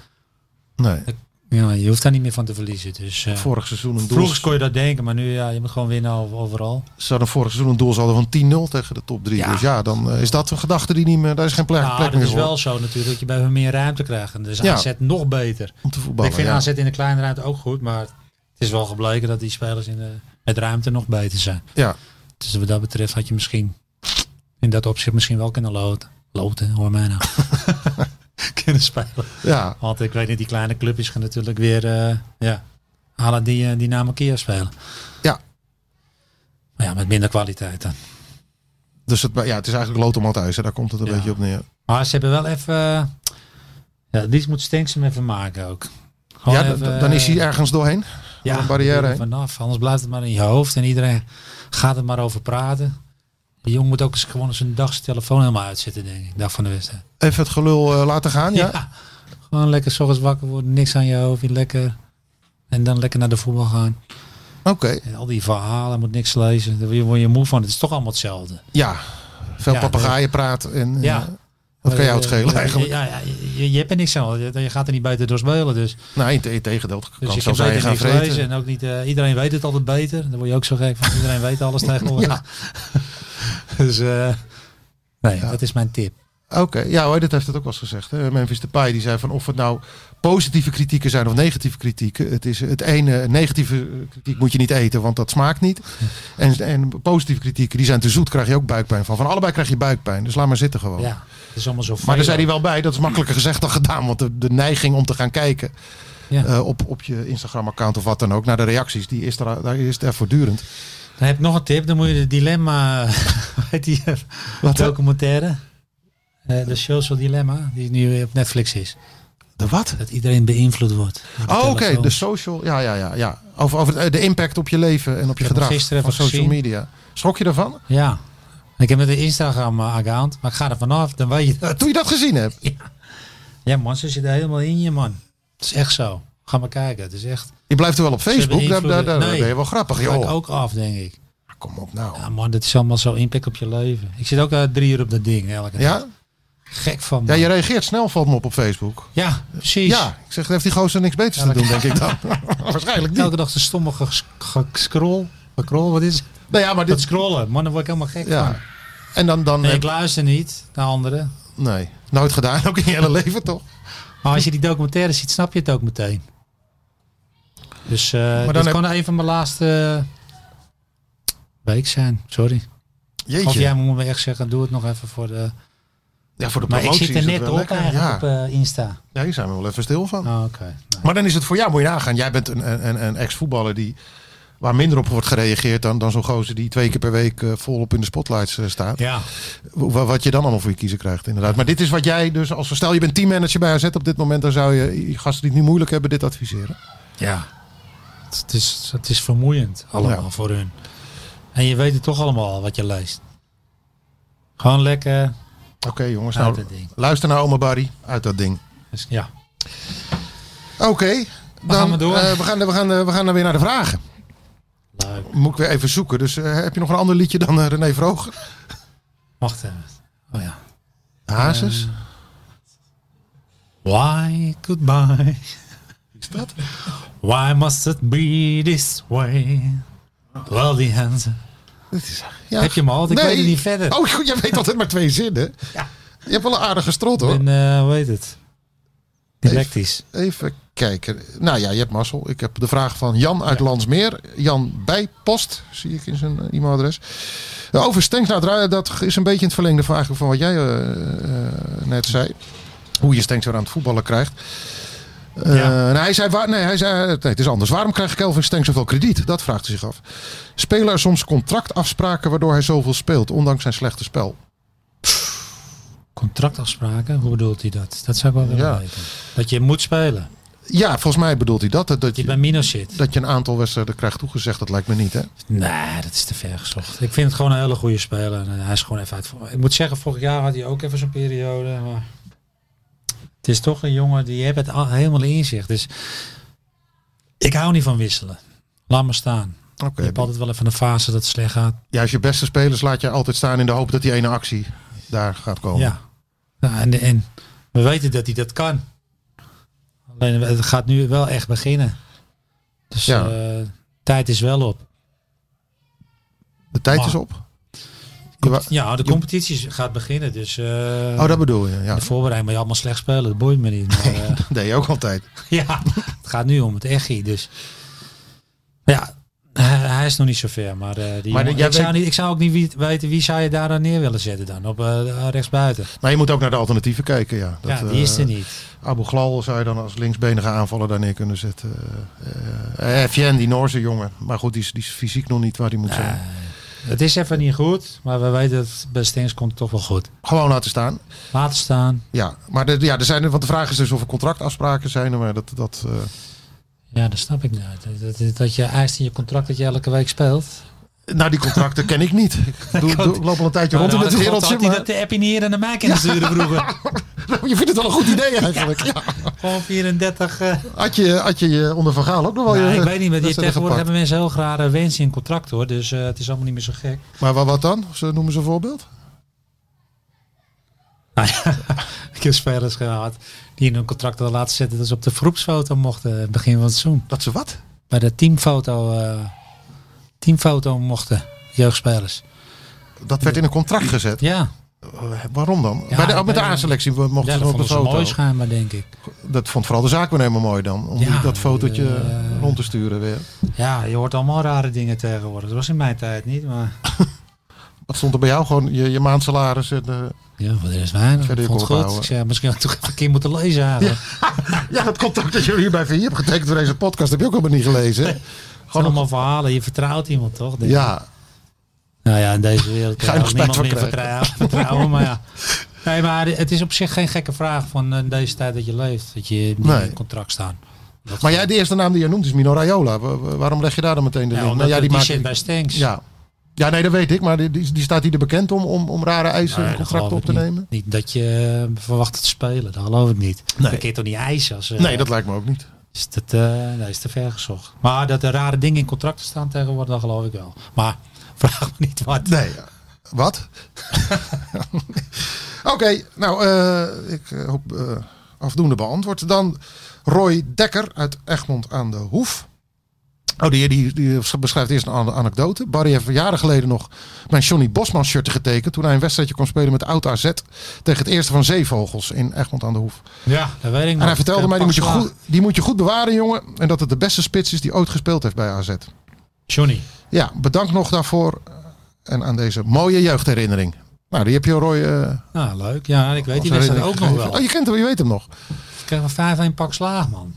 Speaker 5: Nee,
Speaker 6: ja, je hoeft daar niet meer van te verliezen. Dus, eh,
Speaker 5: vorig seizoen een doel.
Speaker 6: vroeger kon je dat denken. Maar nu, ja, je moet gewoon winnen over- overal.
Speaker 5: Ze hadden vorig seizoen een doelsaldo van 10-0 tegen de top drie.
Speaker 6: Ja.
Speaker 5: Dus ja, dan eh, is dat een gedachte die niet meer... Daar is geen plek,
Speaker 6: Ja,
Speaker 5: plek
Speaker 6: Nou, dat
Speaker 5: meer
Speaker 6: is
Speaker 5: voor
Speaker 6: wel zo natuurlijk. Dat je bij hun meer ruimte krijgt. En dus
Speaker 5: Ja.
Speaker 6: AZ nog beter.
Speaker 5: om te voetballen.
Speaker 6: ik vind
Speaker 5: ja.
Speaker 6: AZ in de kleine ruimte ook goed. Maar het is wel gebleken dat die spelers in de, met ruimte nog beter zijn.
Speaker 5: Ja.
Speaker 6: Dus wat dat betreft had je misschien in dat opzicht misschien wel kunnen loten. Loten, hoor mij nou. kunnen spelen.
Speaker 5: ja,
Speaker 6: Want ik weet niet, die kleine clubjes gaan natuurlijk weer eh ja, halen die, eh, die namen Kia spelen.
Speaker 5: Ja.
Speaker 6: Maar ja, met minder kwaliteit dan.
Speaker 5: dus het, ja, het is eigenlijk Lotomat thuis. Hè. Daar komt het een
Speaker 6: Ja.
Speaker 5: beetje op neer.
Speaker 6: Maar ze hebben wel even... eh, ja, het liefst moet Stenks hem even maken ook. Gewoon
Speaker 5: Ja, d-
Speaker 6: even,
Speaker 5: d- dan is hij
Speaker 6: eh,
Speaker 5: ergens doorheen.
Speaker 6: ja,
Speaker 5: een barrière
Speaker 6: er
Speaker 5: heen.
Speaker 6: Vanaf, anders blijft het maar in je hoofd en iedereen gaat er maar over praten. Die jong moet ook eens gewoon eens een dag zijn telefoon helemaal uitzetten, denk ik. Dag van de wedstrijd.
Speaker 5: Even het gelul eh, laten gaan. Ja.
Speaker 6: Gewoon lekker 's ochtends wakker worden, niks aan je hoofd, je lekker. En dan lekker naar de voetbal gaan.
Speaker 5: Oké.
Speaker 6: En al die verhalen, moet niks lezen. Daar word je- word je moe van. Het is toch allemaal hetzelfde.
Speaker 5: Ja, veel
Speaker 6: Ja,
Speaker 5: papegaaien praat. En, eh,
Speaker 6: Ja.
Speaker 5: Dat kan jou het
Speaker 6: het
Speaker 5: schelen eigenlijk.
Speaker 6: Ja, ja, je, je hebt er niks aan. Je, je gaat er niet buiten door spelen. Dus,
Speaker 5: Nee, Nou, in tegendeel.
Speaker 6: dus
Speaker 5: kan
Speaker 6: je
Speaker 5: zelfs
Speaker 6: kan
Speaker 5: aan je
Speaker 6: beter
Speaker 5: gaan
Speaker 6: niks
Speaker 5: vreten.
Speaker 6: lezen. En ook niet, eh, iedereen weet het altijd beter. Daar word je ook zo gek van. Iedereen weet alles tegenwoordig. dus eh, nee, dat is mijn tip.
Speaker 5: Oké, ja hoor, dat heeft het ook wel eens gezegd. Hè? Memphis Depay die zei van of het nou positieve kritieken zijn of negatieve kritieken. Het, is het ene, negatieve eh, kritiek moet je niet eten, want dat smaakt niet. En, en positieve kritieken, die zijn te zoet, krijg je ook buikpijn van. Van allebei krijg je buikpijn, dus laat maar zitten gewoon.
Speaker 6: Ja, het is allemaal zo
Speaker 5: Maar daar
Speaker 6: veel.
Speaker 5: zei hij wel bij, dat is makkelijker gezegd dan gedaan. Want de, de neiging om te gaan kijken
Speaker 6: Ja.
Speaker 5: eh, op, op je Instagram-account of wat dan ook, naar de reacties, die is er, daar is er voortdurend.
Speaker 6: Dan heb ik nog een tip. Dan moet je de dilemma... weet die eh,
Speaker 5: Wat, hè?
Speaker 6: documentaire. Eh, de Social Dilemma. Die nu op Netflix is.
Speaker 5: De wat?
Speaker 6: Dat iedereen beïnvloed wordt.
Speaker 5: Oh, oké, de social. Ja, ja, ja. ja. Over, over eh, de impact op je leven en op je
Speaker 6: heb hem
Speaker 5: gedrag
Speaker 6: gisteren
Speaker 5: van
Speaker 6: even
Speaker 5: social
Speaker 6: gezien.
Speaker 5: media. Schrok je daarvan?
Speaker 6: Ja. Ik heb met een Instagram-account, maar ik ga er vanaf, dan weet je dat.
Speaker 5: Toen je dat gezien hebt.
Speaker 6: Ja man, ze zitten helemaal in je man. Het is echt zo. Ga maar kijken, het is echt...
Speaker 5: Je blijft er wel op Facebook. Daar, daar, daar
Speaker 6: beïnvloeden. Nee.
Speaker 5: ben je wel grappig.
Speaker 6: Dat ik
Speaker 5: Joh.
Speaker 6: ook af, denk ik.
Speaker 5: Kom op nou.
Speaker 6: Ja man, dat is allemaal zo impact op je leven. Ik zit ook eh, drie uur op dat ding, elke dag.
Speaker 5: Ja?
Speaker 6: Gek van
Speaker 5: ja,
Speaker 6: man.
Speaker 5: je
Speaker 6: Ja,
Speaker 5: reageert snel, valt me op op Facebook.
Speaker 6: precies.
Speaker 5: Ja, ik zeg, heeft die gozer niks beters te doen, denk ik dan. Waarschijnlijk niet.
Speaker 6: Elke dag de stomme ges- ge- scroll. Scroll, wat is het?
Speaker 5: Nou ja, maar
Speaker 6: Dat
Speaker 5: dit...
Speaker 6: scrollen, man, daar word ik helemaal gek
Speaker 5: Ja.
Speaker 6: van.
Speaker 5: En dan... dan
Speaker 6: Nee,
Speaker 5: heb-
Speaker 6: ik luister niet naar anderen.
Speaker 5: nee, nooit gedaan. Ook in je hele leven, toch?
Speaker 6: Maar als je die documentaire ziet, snap je het ook meteen. Dus eh
Speaker 5: dan
Speaker 6: dit kan
Speaker 5: heb-
Speaker 6: een van mijn laatste eh, week zijn. Sorry. Of jij
Speaker 5: Jeetje.
Speaker 6: moet me echt zeggen, doe het nog even voor de...
Speaker 5: Ja, voor de
Speaker 6: Maar ik
Speaker 5: promotie
Speaker 6: zit er
Speaker 5: is het
Speaker 6: net
Speaker 5: wel
Speaker 6: op
Speaker 5: lekker.
Speaker 6: eigenlijk
Speaker 5: Ja. Oh.
Speaker 6: op eh, Insta.
Speaker 5: Ja, hier zijn we wel even stil van.
Speaker 6: Ah, Oké. Nou,
Speaker 5: Maar dan is het voor jou, moet je nagaan. Jij bent een, een, een- een ex-voetballer die waar minder op wordt gereageerd dan, dan zo'n gozer die twee keer per week eh, volop in de spotlights eh, staat.
Speaker 6: Ja.
Speaker 5: Wa- Wat je dan allemaal voor je kiezen krijgt, inderdaad. Maar dit is wat jij dus, als stel je bent teammanager bij AZ op dit moment, dan zou je die gasten die het nu moeilijk hebben dit adviseren.
Speaker 6: Ja. Het is, het is vermoeiend allemaal
Speaker 5: Ja.
Speaker 6: voor hun. En je weet het toch allemaal wat je leest. Gewoon lekker.
Speaker 5: Oké jongens,
Speaker 6: Uit
Speaker 5: nou,
Speaker 6: dat ding.
Speaker 5: luister naar oma Barry uit dat ding.
Speaker 6: Dus, ja.
Speaker 5: Oké, dan
Speaker 6: gaan maar door.
Speaker 5: eh, we, gaan, we, gaan, we gaan dan weer naar de vragen.
Speaker 6: Leuk.
Speaker 5: Moet ik weer even zoeken. Dus eh, heb je nog een ander liedje dan eh, René Vroger?
Speaker 6: Wacht even. Oh ja.
Speaker 5: Hazes?
Speaker 6: Why goodbye?
Speaker 5: is dat?
Speaker 6: Why must it be this way? Well, the answer.
Speaker 5: Dit is- ja.
Speaker 6: Heb je hem al? Ik weet het niet verder.
Speaker 5: Oh, goed, je weet altijd maar twee zinnen.
Speaker 6: Ja.
Speaker 5: Je hebt wel een aardige strot hoor.
Speaker 6: En eh, hoe heet het? Directisch.
Speaker 5: Even kijken. Nou ja, je hebt mazzel. Ik heb de vraag van Jan uit Landsmeer. Jan Bijpost, zie ik in zijn eh, e-mailadres. Eh, Over Stenks, nou, dra- dat is een beetje in het verlengde van, eigenlijk van wat jij eh, eh, net zei. Hoe je Stenks weer aan het voetballen krijgt. Eh,
Speaker 6: Ja.
Speaker 5: nou, hij zei, waar, nee, hij zei nee, het is anders. Waarom krijgt Kelvin Stenks zoveel krediet? Dat vraagt hij zich af. Spelen er soms contractafspraken waardoor hij zoveel speelt, ondanks zijn slechte spel?
Speaker 6: Contractafspraken, hoe bedoelt hij dat? Dat zou ik wel willen
Speaker 5: Ja.
Speaker 6: weten. Dat je moet spelen.
Speaker 5: Ja, volgens mij bedoelt hij dat. Dat, dat,
Speaker 6: Die
Speaker 5: je,
Speaker 6: bij Minos zit.
Speaker 5: dat je een aantal wedstrijden krijgt toegezegd, dat lijkt me niet. Hè?
Speaker 6: Nee, dat is te ver gezocht. Ik vind het gewoon een hele goede speler. En hij is gewoon even uit. Ik moet zeggen, vorig jaar had hij ook even zo'n periode. Maar het is toch een jongen die heeft het al helemaal in zich. Dus ik hou niet van wisselen. Laat maar staan. Je
Speaker 5: Oké.
Speaker 6: hebt altijd wel even een fase dat het slecht gaat.
Speaker 5: Juist je beste spelers laat je altijd staan in de hoop dat die ene actie daar gaat komen.
Speaker 6: Ja. Nou, en, en we weten dat hij dat kan. Alleen het gaat nu wel echt beginnen. Dus
Speaker 5: Ja.
Speaker 6: eh, tijd is wel op.
Speaker 5: De tijd
Speaker 6: Maar-
Speaker 5: is op. Je wa-
Speaker 6: Ja, de competitie gaat beginnen. Dus eh,
Speaker 5: oh, dat bedoel je. Ja.
Speaker 6: de voorbereiding moet je allemaal slecht spelen. Dat boeit me niet. Maar, eh,
Speaker 5: Dat deed je ook altijd.
Speaker 6: ja, het gaat nu om het echi. Dus ja, hij, hij is nog niet zo ver. Maar, eh, die
Speaker 5: Maar
Speaker 6: jongen-
Speaker 5: jij
Speaker 6: ik, zou
Speaker 5: weet-
Speaker 6: niet, ik zou ook niet wie- weten wie zou je daar aan neer willen zetten dan. Op eh, rechtsbuiten.
Speaker 5: Maar je moet ook naar de alternatieven kijken. Ja, Dat,
Speaker 6: ja, die is er
Speaker 5: eh,
Speaker 6: niet.
Speaker 5: Abu Ghlal zou je dan als linksbenige aanvaller daar neer kunnen zetten. Eh Fien, die Noorse jongen. Maar goed, die is, die is fysiek nog niet waar die moet zijn.
Speaker 6: Het is even niet goed. Maar we weten dat het bij Stengs komt het toch wel goed.
Speaker 5: Gewoon laten staan.
Speaker 6: Laten staan.
Speaker 5: Ja, maar de, ja, er zijn, er- want de vraag is dus of er contractafspraken zijn. Maar dat, dat, eh,
Speaker 6: Ja, dat snap ik niet. Dat, dat, dat je eist in je contract dat je elke week speelt.
Speaker 5: nou, die contracten ken ik niet. nou, Ik doe, doe- loop al een tijdje
Speaker 6: Maar
Speaker 5: rond in
Speaker 6: dan
Speaker 5: het
Speaker 6: had ik God,
Speaker 5: wereldje.
Speaker 6: had hij
Speaker 5: maar-
Speaker 6: Nou, dat de app in hier en naar mij kunnen sturen vroeger.
Speaker 5: Je vindt het wel een goed idee eigenlijk. Ja.
Speaker 6: Gewoon 34. eh.
Speaker 5: Had, je, had je je onder Van Gaal ook nog wel
Speaker 6: Nou,
Speaker 5: je,
Speaker 6: ik weet niet, maar die
Speaker 5: wedstrijden
Speaker 6: tegenwoordig
Speaker 5: gepakt?
Speaker 6: hebben mensen heel graag eh, wensen in contract hoor. Dus eh, het is allemaal niet meer zo gek.
Speaker 5: Maar wat, wat dan? Ze noemen ze een voorbeeld?
Speaker 6: Nou ja, ik heb spelers gehad die in hun contract hadden laten zetten dat ze op de groepsfoto mochten. eh, Begin van het seizoen.
Speaker 5: Dat ze wat?
Speaker 6: Bij de teamfoto, eh, teamfoto mochten. Jeugdspelers.
Speaker 5: Dat werd in een contract gezet.
Speaker 6: Ja,
Speaker 5: Eh, Waarom dan?
Speaker 6: Ja,
Speaker 5: Bij de, ook met de
Speaker 6: bij de-
Speaker 5: A-selectie mochten
Speaker 6: ja
Speaker 5: ze
Speaker 6: dat
Speaker 5: op een
Speaker 6: vonden ze
Speaker 5: foto.
Speaker 6: mooi schijnbaar, denk ik.
Speaker 5: Dat vond vooral de zaakwaarnemer mooi dan. Om
Speaker 6: Ja,
Speaker 5: die- dat fotootje
Speaker 6: eh,
Speaker 5: rond te sturen weer.
Speaker 6: Ja, je hoort allemaal rare dingen tegenwoordig. Dat was in mijn tijd niet, maar...
Speaker 5: Wat stond er bij jou? Gewoon je, je maandsalaris. En, eh,
Speaker 6: Ja, voor de rest weinig.
Speaker 5: Verder
Speaker 6: Ik vond
Speaker 5: je
Speaker 6: het
Speaker 5: kop
Speaker 6: goed.
Speaker 5: houden.
Speaker 6: Ik zei, misschien had ik toch even een keer moeten lezen eigenlijk.
Speaker 5: ja, dat contract dat jullie hier bij VI hebben getekend voor deze podcast heb je ook helemaal niet gelezen. hè?
Speaker 6: Gewoon
Speaker 5: Gewoon een-
Speaker 6: allemaal verhalen. Je vertrouwt iemand toch? denk ik.
Speaker 5: ja,
Speaker 6: Nou ja, in deze wereld
Speaker 5: Ga je nog
Speaker 6: kan niemand
Speaker 5: spijt
Speaker 6: meer
Speaker 5: van
Speaker 6: vertrouwen, vertrouwen. Maar ja. Nee, maar het is op zich geen gekke vraag van eh, in deze tijd dat je leeft. Dat je in
Speaker 5: Nee.
Speaker 6: een contract staan. Dat
Speaker 5: maar
Speaker 6: gewoon-
Speaker 5: jij, de eerste naam die je noemt is Mino Raiola. Wa- wa- Waarom leg je daar dan meteen de
Speaker 6: ja,
Speaker 5: link? Nou
Speaker 6: omdat
Speaker 5: ja,
Speaker 6: die,
Speaker 5: maakt-
Speaker 6: zit bij Stenks.
Speaker 5: Ja. ja, nee, dat weet ik. Maar die, die, die staat hier er bekend om, om, om rare eisen
Speaker 6: Nee,
Speaker 5: en
Speaker 6: dat geloof
Speaker 5: contracten op
Speaker 6: ik
Speaker 5: te nemen?
Speaker 6: niet. Niet dat je eh, verwacht het te spelen. Dat geloof ik niet.
Speaker 5: Nee.
Speaker 6: Dat kun je toch niet eisen? Als, eh,
Speaker 5: Nee, dat lijkt me ook niet.
Speaker 6: Is dat, eh, nee, is te ver gezocht. Maar dat er rare dingen in contracten staan tegenwoordig, dat geloof ik wel. Maar vraag me niet wat.
Speaker 5: Nee. Wat? Oké, nou, eh, ik eh, hoop eh, afdoende beantwoord. Dan Roy Dekker uit Egmond aan de Hoef. Oh, die, die, die beschrijft eerst een an- anekdote. Barry heeft jaren geleden nog mijn Johnny Bosman shirt getekend. toen hij een wedstrijdje kon spelen met oud AZ. tegen het eerste van Zeevogels in Egmond aan de Hoef.
Speaker 6: Ja, dat weet ik nog.
Speaker 5: En hij vertelde
Speaker 6: Ik,
Speaker 5: mij,
Speaker 6: eh,
Speaker 5: die moet, je
Speaker 6: pak slaag.
Speaker 5: goed, die moet je goed bewaren, jongen. En dat het de beste spits is die ooit gespeeld heeft bij AZ.
Speaker 6: Johnny.
Speaker 5: Ja, bedankt nog daarvoor. En aan deze mooie jeugdherinnering. Nou, die heb je Roy... eh,
Speaker 6: Nou, leuk. Ja, ik weet
Speaker 5: als
Speaker 6: die wedstrijd
Speaker 5: herinnering
Speaker 6: ook nog
Speaker 5: gegeven.
Speaker 6: wel.
Speaker 5: Oh, je kent hem, je weet hem nog.
Speaker 6: Ik kreeg een 5-1 pak slaag, man.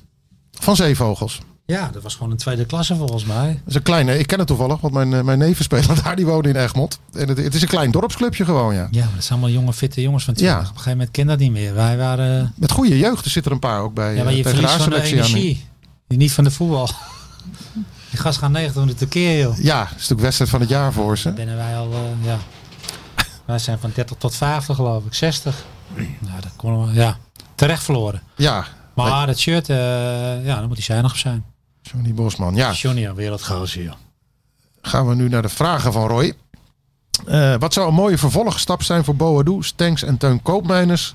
Speaker 5: Van Zeevogels.
Speaker 6: Ja, dat was gewoon een tweede klasse volgens mij.
Speaker 5: Dat is een kleine... Ik ken het toevallig, want mijn, eh, mijn neven spelen daar. Die wonen in Egmond. En het, het is een klein dorpsclubje gewoon, ja.
Speaker 6: Ja, maar dat zijn allemaal jonge, fitte jongens van 20.
Speaker 5: Ja.
Speaker 6: Op een gegeven moment ken dat niet meer. Wij waren... eh,
Speaker 5: Met goede jeugd. Er zitten er een paar ook bij.
Speaker 6: ja, maar
Speaker 5: eh,
Speaker 6: je
Speaker 5: tegen
Speaker 6: verliest van de
Speaker 5: A-selectie aan nu.
Speaker 6: energie. Niet van de voetbal. Die gast gaan 90 minuten keer, joh.
Speaker 5: Ja, dat is natuurlijk wedstrijd van het jaar voor ze.
Speaker 6: Binnen wij al, eh, ja. Wij zijn van 30 tot 50 geloof ik, 60. Nou, dat kon, ja, terecht verloren.
Speaker 5: Ja,
Speaker 6: Maar dat shirt, eh, ja, dan moet hij zuinig op zijn.
Speaker 5: Johnny Bosman. Ja.
Speaker 6: Johnny, een wereldgozer, joh.
Speaker 5: gaan we nu naar de vragen van Roy. Eh, wat zou een mooie vervolgstap zijn voor Boadu, Stenks en Teun Koopmeiners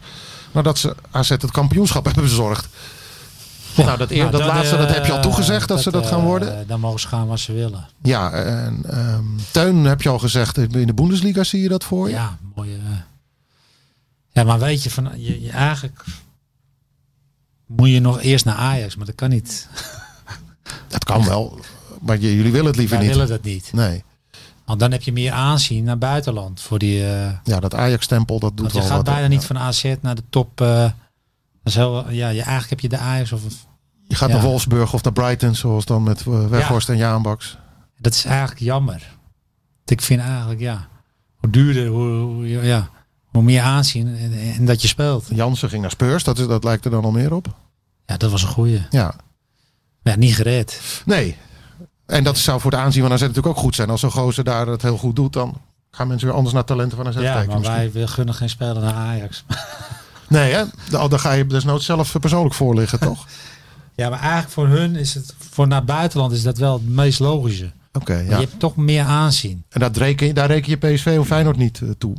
Speaker 5: nadat ze AZ het kampioenschap hebben bezorgd? nou, dat, eer,
Speaker 6: Nou,
Speaker 5: dat, laatste dat
Speaker 6: eh,
Speaker 5: heb je al toegezegd, dat, ze dat gaan
Speaker 6: eh,
Speaker 5: worden.
Speaker 6: Dan mogen ze gaan waar ze willen.
Speaker 5: Ja, en ehm, Teun heb je al gezegd, in de Bundesliga zie je dat voor je.
Speaker 6: Ja, mooie. eh. Ja, maar weet je, van, je, je- eigenlijk moet je nog eerst naar Ajax, maar dat kan niet.
Speaker 5: Dat kan wel, maar j- jullie willen het liever
Speaker 6: Wij
Speaker 5: niet.
Speaker 6: willen dat niet.
Speaker 5: Nee,
Speaker 6: Want dan heb je meer aanzien naar buitenland. Voor die, eh,
Speaker 5: ja, dat Ajax-stempel, dat doet
Speaker 6: want je
Speaker 5: wel
Speaker 6: gaat
Speaker 5: wat.
Speaker 6: bijna
Speaker 5: ja.
Speaker 6: niet van AZ naar de top. eh, dat is heel, ja, je, eigenlijk heb je de Ajax. Of,
Speaker 5: Je gaat
Speaker 6: ja.
Speaker 5: naar Wolfsburg of naar Brighton, zoals dan met eh, Weghorst en Jaanbaks.
Speaker 6: dat is eigenlijk jammer. Want ik vind eigenlijk, ja, hoe duurder, hoe, hoe- ja, hoe meer aanzien en, en dat je speelt.
Speaker 5: Jansen ging naar Spurs, dat, is, dat lijkt er dan al meer op.
Speaker 6: Ja, dat was een goeie.
Speaker 5: Ja.
Speaker 6: Maar ja, niet gered.
Speaker 5: Nee. En dat zou voor het aanzien van AZ natuurlijk ook goed zijn. Als zo'n gozer daar het heel goed doet, dan gaan mensen weer anders naar talenten van AZ
Speaker 6: Ja,
Speaker 5: kijken.
Speaker 6: maar
Speaker 5: misschien.
Speaker 6: wij we gunnen geen speler naar Ajax.
Speaker 5: Nee, hè? Da- Dan ga je desnoods zelf persoonlijk voor liggen, toch?
Speaker 6: Ja, maar eigenlijk voor hun is het, voor naar buitenland is dat wel het meest logische.
Speaker 5: Oké,
Speaker 6: Maar
Speaker 5: ja.
Speaker 6: Je hebt toch meer aanzien.
Speaker 5: En daar reken, je- daar reken je PSV of Feyenoord niet eh, toe.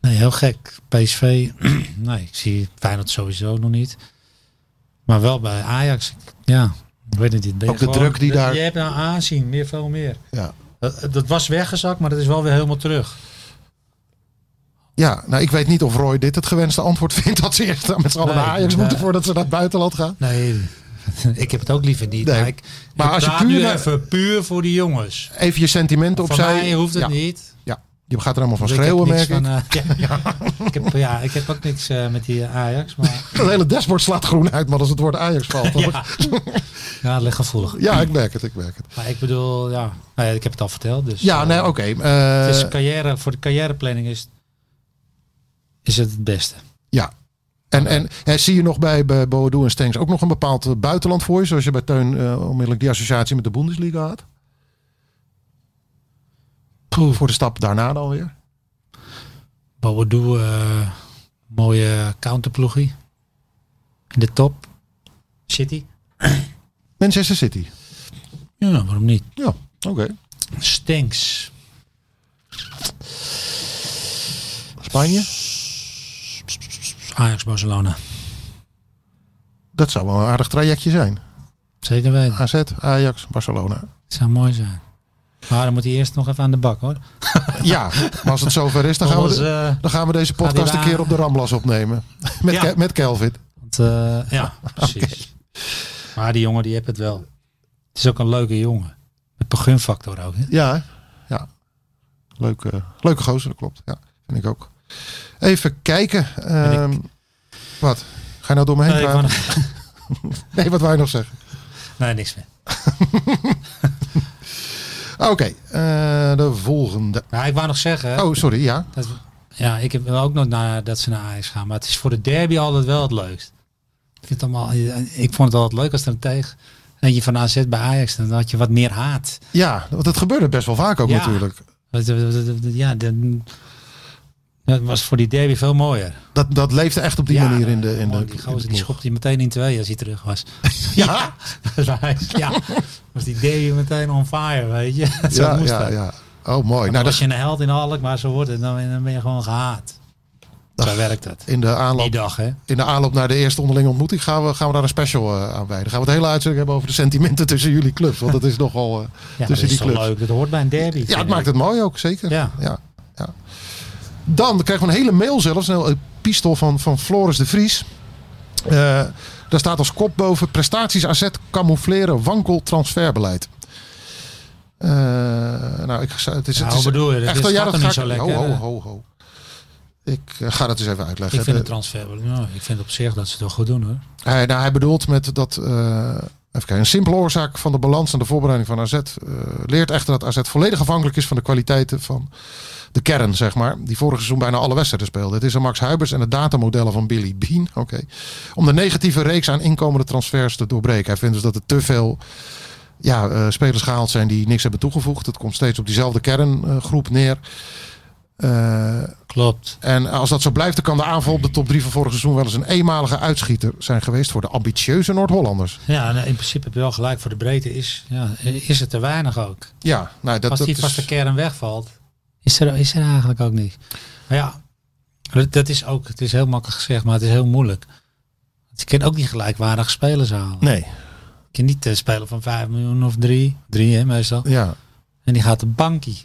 Speaker 6: Nee, heel gek. PSV, nee, ik zie Feyenoord sowieso nog niet. Maar wel bij Ajax, ja. Ik weet het niet. Ben je
Speaker 5: Ook de druk die
Speaker 6: je-
Speaker 5: daar-
Speaker 6: Je hebt nou aanzien, meer, veel meer.
Speaker 5: Ja.
Speaker 6: Dat, dat was weggezakt, maar dat is wel weer helemaal terug.
Speaker 5: Ja, nou ik weet niet of Roy dit het gewenste antwoord vindt. Dat ze eerst met z'n allen
Speaker 6: Nee,
Speaker 5: naar Ajax
Speaker 6: nee.
Speaker 5: moeten voordat ze naar het buitenland gaan.
Speaker 6: Nee, ik heb het ook liever niet.
Speaker 5: Nee.
Speaker 6: Maar, ik,
Speaker 5: Maar
Speaker 6: ik
Speaker 5: als je
Speaker 6: praat
Speaker 5: puur
Speaker 6: nu
Speaker 5: naar-
Speaker 6: even puur voor die jongens.
Speaker 5: Even je sentimenten
Speaker 6: Voor
Speaker 5: opzij.
Speaker 6: mij hoeft het
Speaker 5: ja,
Speaker 6: niet.
Speaker 5: Ja, je gaat er allemaal van
Speaker 6: Dus
Speaker 5: schreeuwen, merk
Speaker 6: ik.
Speaker 5: ik.
Speaker 6: heb niks van, eh, ja. ik, heb, ja, ik heb ook niks eh, met die eh, Ajax, maar
Speaker 5: Het hele dashboard slaat groen uit, maar als het woord Ajax valt. dan wordt-
Speaker 6: ja, het ligt gevoelig.
Speaker 5: ja, ik merk het, ik merk het.
Speaker 6: Maar ik bedoel, ja, nou ja, ik heb het al verteld. Dus,
Speaker 5: Ja,
Speaker 6: eh,
Speaker 5: nee, oké. eh,
Speaker 6: het is carrière, voor de carrièreplanning is, is het het beste.
Speaker 5: ja. En, en, en zie je nog bij, bij Boadu en Stengs ook nog een bepaald eh, buitenland voor je? Zoals je bij Teun eh, onmiddellijk die associatie met de Bundesliga had? Voor de stap daarna dan weer?
Speaker 6: Boadu, eh mooie counterploegie. In de top. City.
Speaker 5: Manchester City.
Speaker 6: Ja, nou, waarom niet?
Speaker 5: Ja, oké.
Speaker 6: Stinks.
Speaker 5: Spanje?
Speaker 6: Ajax Barcelona.
Speaker 5: Dat zou wel een aardig trajectje zijn.
Speaker 6: Zeker weten.
Speaker 5: AZ, Ajax, Barcelona.
Speaker 6: Het zou mooi zijn. Maar dan moet hij eerst nog even aan de bak hoor.
Speaker 5: Ja, maar als het zover is, dan gaan we,
Speaker 6: Anders,
Speaker 5: de-
Speaker 6: eh,
Speaker 5: dan gaan we deze podcast
Speaker 6: die
Speaker 5: een
Speaker 6: daar-
Speaker 5: keer op de Ramblas opnemen. Met,
Speaker 6: Ja.
Speaker 5: Ke- met Kelvin.
Speaker 6: want, eh, ja, precies. Maar die jongen die heeft het wel. Het is ook een leuke jongen. Met begunfactor ook. Hè?
Speaker 5: Ja, hè? ja. Leuke, leuke gozer, dat klopt. Ja, vind ik ook. Even kijken. ehm, Wat? Ga je nou door me heen
Speaker 6: Nee,
Speaker 5: praten? Nee, wat wou je nog zeggen?
Speaker 6: nee, niks meer.
Speaker 5: Ah, Oké, eh, de volgende.
Speaker 6: Maar Nou, ik wou nog zeggen.
Speaker 5: Oh, sorry, ja.
Speaker 6: Dat, ja, ik heb wel ook nog naar dat ze naar Ajax gaan. Maar het is voor de derby altijd wel het leukst. Ik, vind het allemaal, ik vond het altijd leuk als er een tegen. En je van AZ bij Ajax, dan had je wat meer haat.
Speaker 5: Ja, want het gebeurde best wel vaak ook
Speaker 6: Ja.
Speaker 5: natuurlijk.
Speaker 6: Wat- wat- wat- wat- Ja, dan- dat was voor die derby veel mooier.
Speaker 5: Dat, dat leefde echt op die
Speaker 6: ja,
Speaker 5: manier in de... In
Speaker 6: man,
Speaker 5: de
Speaker 6: die
Speaker 5: in
Speaker 6: gozer
Speaker 5: de
Speaker 6: die
Speaker 5: ploeg.
Speaker 6: schopte je meteen in twee als hij terug was.
Speaker 5: Ja,
Speaker 6: Bij Ajax, ja, was die derby meteen on fire, weet je. Zo
Speaker 5: ja,
Speaker 6: moest
Speaker 5: ja,
Speaker 6: dat.
Speaker 5: ja. Oh, mooi.
Speaker 6: Nou,
Speaker 5: Nou,
Speaker 6: als
Speaker 5: dat,
Speaker 6: je een held in Alkmaar zou worden, dan, dan ben je gewoon gehaat. Zo werkt dat.
Speaker 5: in, de
Speaker 6: Die
Speaker 5: aanloop,
Speaker 6: dag, hè.
Speaker 5: in de aanloop naar de eerste onderlinge ontmoeting gaan we, gaan we daar een special eh, aan wijden. Gaan we het hele uitzending hebben over de sentimenten tussen jullie clubs. Want dat is nogal eh,
Speaker 6: Ja, dat
Speaker 5: tussen
Speaker 6: is
Speaker 5: die
Speaker 6: toch
Speaker 5: clubs.
Speaker 6: leuk. Dat hoort bij een derby.
Speaker 5: Ja,
Speaker 6: vind
Speaker 5: het
Speaker 6: ik.
Speaker 5: maakt het mooi ook, zeker.
Speaker 6: Ja.
Speaker 5: Ja, ja. Dan krijgen we een hele mail zelfs, een heel epistel van, van Floris de Vries. Eh, daar staat als kop boven prestaties AZ camoufleren wankel transferbeleid. Eh, nou, ik, zou- het is,
Speaker 6: Nou,
Speaker 5: het is
Speaker 6: wat bedoel je? Dat
Speaker 5: echt
Speaker 6: is-
Speaker 5: al
Speaker 6: gaat
Speaker 5: jaren
Speaker 6: toch niet zo lekker,
Speaker 5: Ho, ho,
Speaker 6: hè?
Speaker 5: ho, ho. Ik eh, ga dat eens even uitleggen.
Speaker 6: Ik vind het
Speaker 5: De-
Speaker 6: transfer. Nou, ik vind op zich dat ze het wel goed doen hoor.
Speaker 5: hij, nou, hij bedoelt met dat. eh, even kijken. Een simpele oorzaak van de balans en de voorbereiding van AZ. eh, leert echter dat AZ volledig afhankelijk is van de kwaliteiten van de kern, zeg maar. Die vorig seizoen bijna alle wedstrijden speelde. Het is aan Max Huibers en de datamodellen van Billy Bean. oké, Om de negatieve reeks aan inkomende transfers te doorbreken. Hij vindt dus dat er te veel. Ja, eh, spelers gehaald zijn die niks hebben toegevoegd. Het komt steeds op diezelfde kerngroep neer. Eh,
Speaker 6: Klopt.
Speaker 5: en als dat zo blijft, dan kan de aanval op de top 3 van vorig seizoen wel eens een eenmalige uitschieter zijn geweest voor de ambitieuze Noord-Hollanders.
Speaker 6: Ja, en in principe heb je wel gelijk. Voor de breedte is, ja, is het te weinig ook.
Speaker 5: Ja, nou, dat,
Speaker 6: Als
Speaker 5: dat
Speaker 6: die
Speaker 5: is,
Speaker 6: vaste kern wegvalt, is er, is er eigenlijk ook niks. Maar ja, dat- dat is ook, het is heel makkelijk gezegd, maar het is heel moeilijk. Want Je kunt ook niet gelijkwaardige spelers halen.
Speaker 5: Nee.
Speaker 6: Je kunt niet eh, spelen van 5 miljoen of 3. 3 hè, meestal.
Speaker 5: Ja,
Speaker 6: En die gaat de bankie.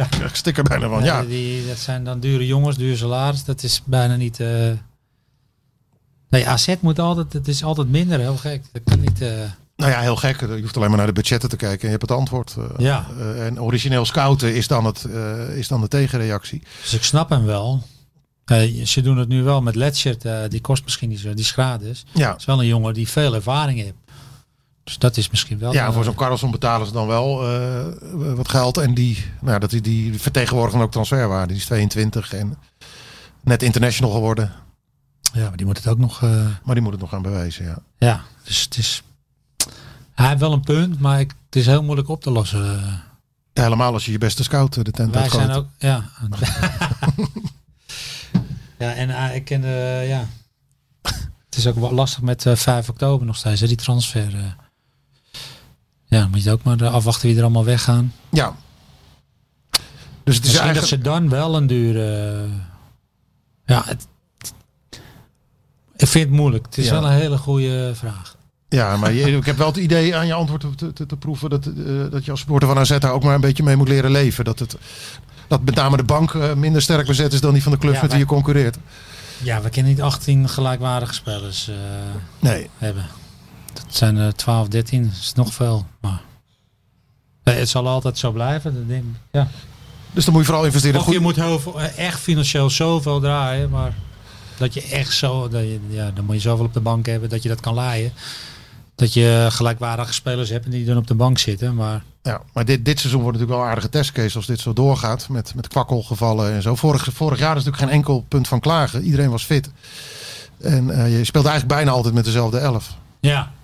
Speaker 5: ik stik er bijna van. Oh, Ja,
Speaker 6: Ja, Eh, die, dat zijn dan dure jongens, duur salaris. Dat is bijna niet. eh, Nee, AZ moet altijd. Het is altijd minder, heel gek. Dat kan niet. eh,
Speaker 5: nou ja, heel gek. Je hoeft alleen maar naar de budgetten te kijken en je hebt het antwoord. Eh,
Speaker 6: Ja.
Speaker 5: eh, en origineel scouten is dan, het, eh, is dan de tegenreactie.
Speaker 6: Dus ik snap hem wel. Eh, ze doen het nu wel met Letchert. eh, die kost misschien niet zo. Die gratis.
Speaker 5: Ja,
Speaker 6: Het is wel een jongen die veel ervaring heeft. Dus dat is misschien wel.
Speaker 5: ja
Speaker 6: eh,
Speaker 5: voor zo'n Carlson betalen ze dan wel eh, wat geld. En die, nou, dat, die- die vertegenwoordigen ook transferwaarde. Die is 22 en net international geworden.
Speaker 6: Ja, maar die moet het ook nog... eh,
Speaker 5: Maar die moet het nog gaan bewijzen, ja.
Speaker 6: ja, dus het is... Hij heeft wel een punt, maar ik, het is heel moeilijk op te lossen.
Speaker 5: Ja, helemaal als je je beste scout eh, de tent
Speaker 6: Wij
Speaker 5: uitgooit.
Speaker 6: zijn ook... Ja. ja, en eh, ik ken de... ja. Het is ook wel lastig met eh, 5 oktober nog steeds, hè, die transfer. eh. Ja, moet je het ook maar eh, afwachten wie er allemaal weggaan.
Speaker 5: Ja. Dus het is
Speaker 6: Misschien
Speaker 5: eigenlijk...
Speaker 6: dat ze dan wel een dure... eh, Ja, het- ik vind het moeilijk. Het is
Speaker 5: Ja.
Speaker 6: wel een hele goede vraag.
Speaker 5: Ja, maar je- ik heb wel het idee aan je antwoord te, te, te proeven dat, eh, dat je als supporter van AZ daar ook maar een beetje mee moet leren leven. Dat, het, dat met name de bank eh, minder sterk bezet is dan die van de club
Speaker 6: Ja,
Speaker 5: met wie je
Speaker 6: maar-
Speaker 5: concurreert.
Speaker 6: Ja, we kunnen niet 18 gelijkwaardige spelers eh,
Speaker 5: Nee.
Speaker 6: hebben. Dat zijn er 12, 13. Dat is nog veel. Maar nee, het zal altijd zo blijven. Dat denk ik. Ja.
Speaker 5: Dus dan moet je vooral investeren in
Speaker 6: Of je
Speaker 5: goed.
Speaker 6: moet heel veel, eh, echt financieel zoveel draaien. Maar dat je echt zo... Dat je, ja, dan moet je zoveel op de bank hebben dat je dat kan laaien. Dat je gelijkwaardige spelers hebt die dan op de bank zitten. Maar
Speaker 5: Ja, maar dit, dit seizoen wordt natuurlijk wel een aardige testcase als dit zo doorgaat. Met, met kwakkelgevallen en zo. Vorig, vorig jaar is natuurlijk geen enkel punt van klagen. Iedereen was fit. En eh, je speelt eigenlijk bijna altijd met dezelfde elf.
Speaker 6: ja...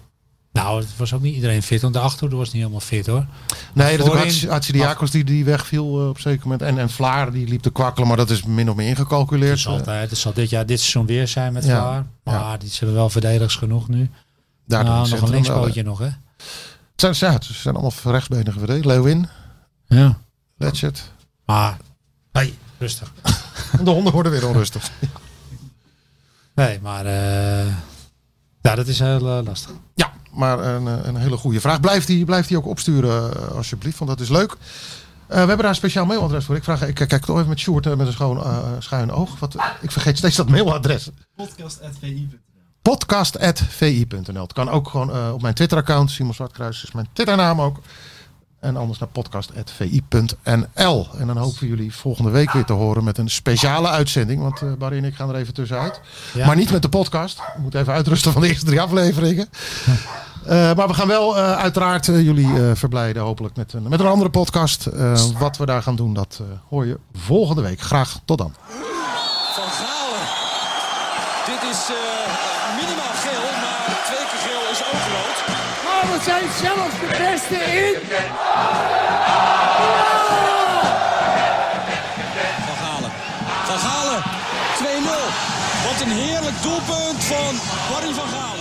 Speaker 6: Nou, het was ook niet iedereen fit. Want de achterhoede was niet helemaal fit hoor.
Speaker 5: Nee, dat
Speaker 6: Voorin-
Speaker 5: had Hatsidiakos die, die wegviel eh, op een zeker moment. En, en Vlaar die liep te kwakkelen, maar dat is min of meer ingecalculeerd.
Speaker 6: Het is Dus altijd. Het zal dit jaar, dit seizoen weer zijn met
Speaker 5: eh, Ja,
Speaker 6: Vlaar. Maar die zijn wel verdedigers genoeg nu.
Speaker 5: Daar doet
Speaker 6: nou,
Speaker 5: het
Speaker 6: nog een
Speaker 5: centrum wel, eh,
Speaker 6: linkspootje nog, hè?
Speaker 5: hè. Het zijn, ja, het zijn allemaal rechtsbenige verdedigers. Leeuwin,
Speaker 6: Ja.
Speaker 5: Letchert.
Speaker 6: Maar, hey, rustig.
Speaker 5: De honden worden weer onrustig.
Speaker 6: Nee, maar eh ja, dat is heel eh, lastig.
Speaker 5: Ja, maar een, eh, een hele goede vraag. Blijf die, blijf die ook opsturen, eh, alsjeblieft, want dat is leuk. Eh, we hebben daar een speciaal mailadres voor. Ik, vraag, ik kijk toch even met Sjoerd eh, met een schoon, eh, schuin oog. Wat, ik vergeet steeds dat mailadres. podcast.vi.nl. Het kan ook gewoon eh, op mijn Twitter-account. Simon Zwartkruis is mijn Twitternaam ook. En anders naar podcast.vi.nl. En dan hopen we jullie volgende week weer te horen met een speciale uitzending. Want eh Barry en ik gaan er even tussenuit.
Speaker 6: Ja.
Speaker 5: Maar niet met de podcast. We moeten even uitrusten van de eerste drie afleveringen. Eh, maar we gaan wel eh, uiteraard eh, jullie eh, verblijden hopelijk met een, met een andere podcast. Eh, wat we daar gaan doen, dat eh, hoor je volgende week. Graag tot dan.
Speaker 1: Van Galen. Dit is eh, minimaal geel, maar twee keer geel is ook rood.
Speaker 2: Maar we zijn zelfs de beste in.
Speaker 1: Van Galen. Van Galen. 2-0. Wat een heerlijk doelpunt van Barry van Galen.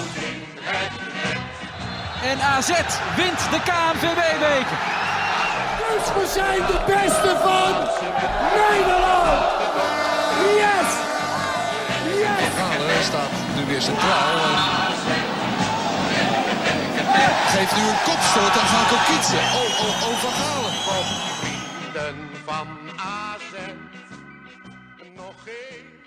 Speaker 3: En AZ wint de KNVB-beker.
Speaker 2: Dus we zijn de beste van Nederland. Yes. Yes.
Speaker 4: Galen staat nu weer centraal. en Geeft nu een kopstoot aan Gaan Kokitsen. Oh, oh, oh, Van Galen.
Speaker 7: vrienden van AZ nog even.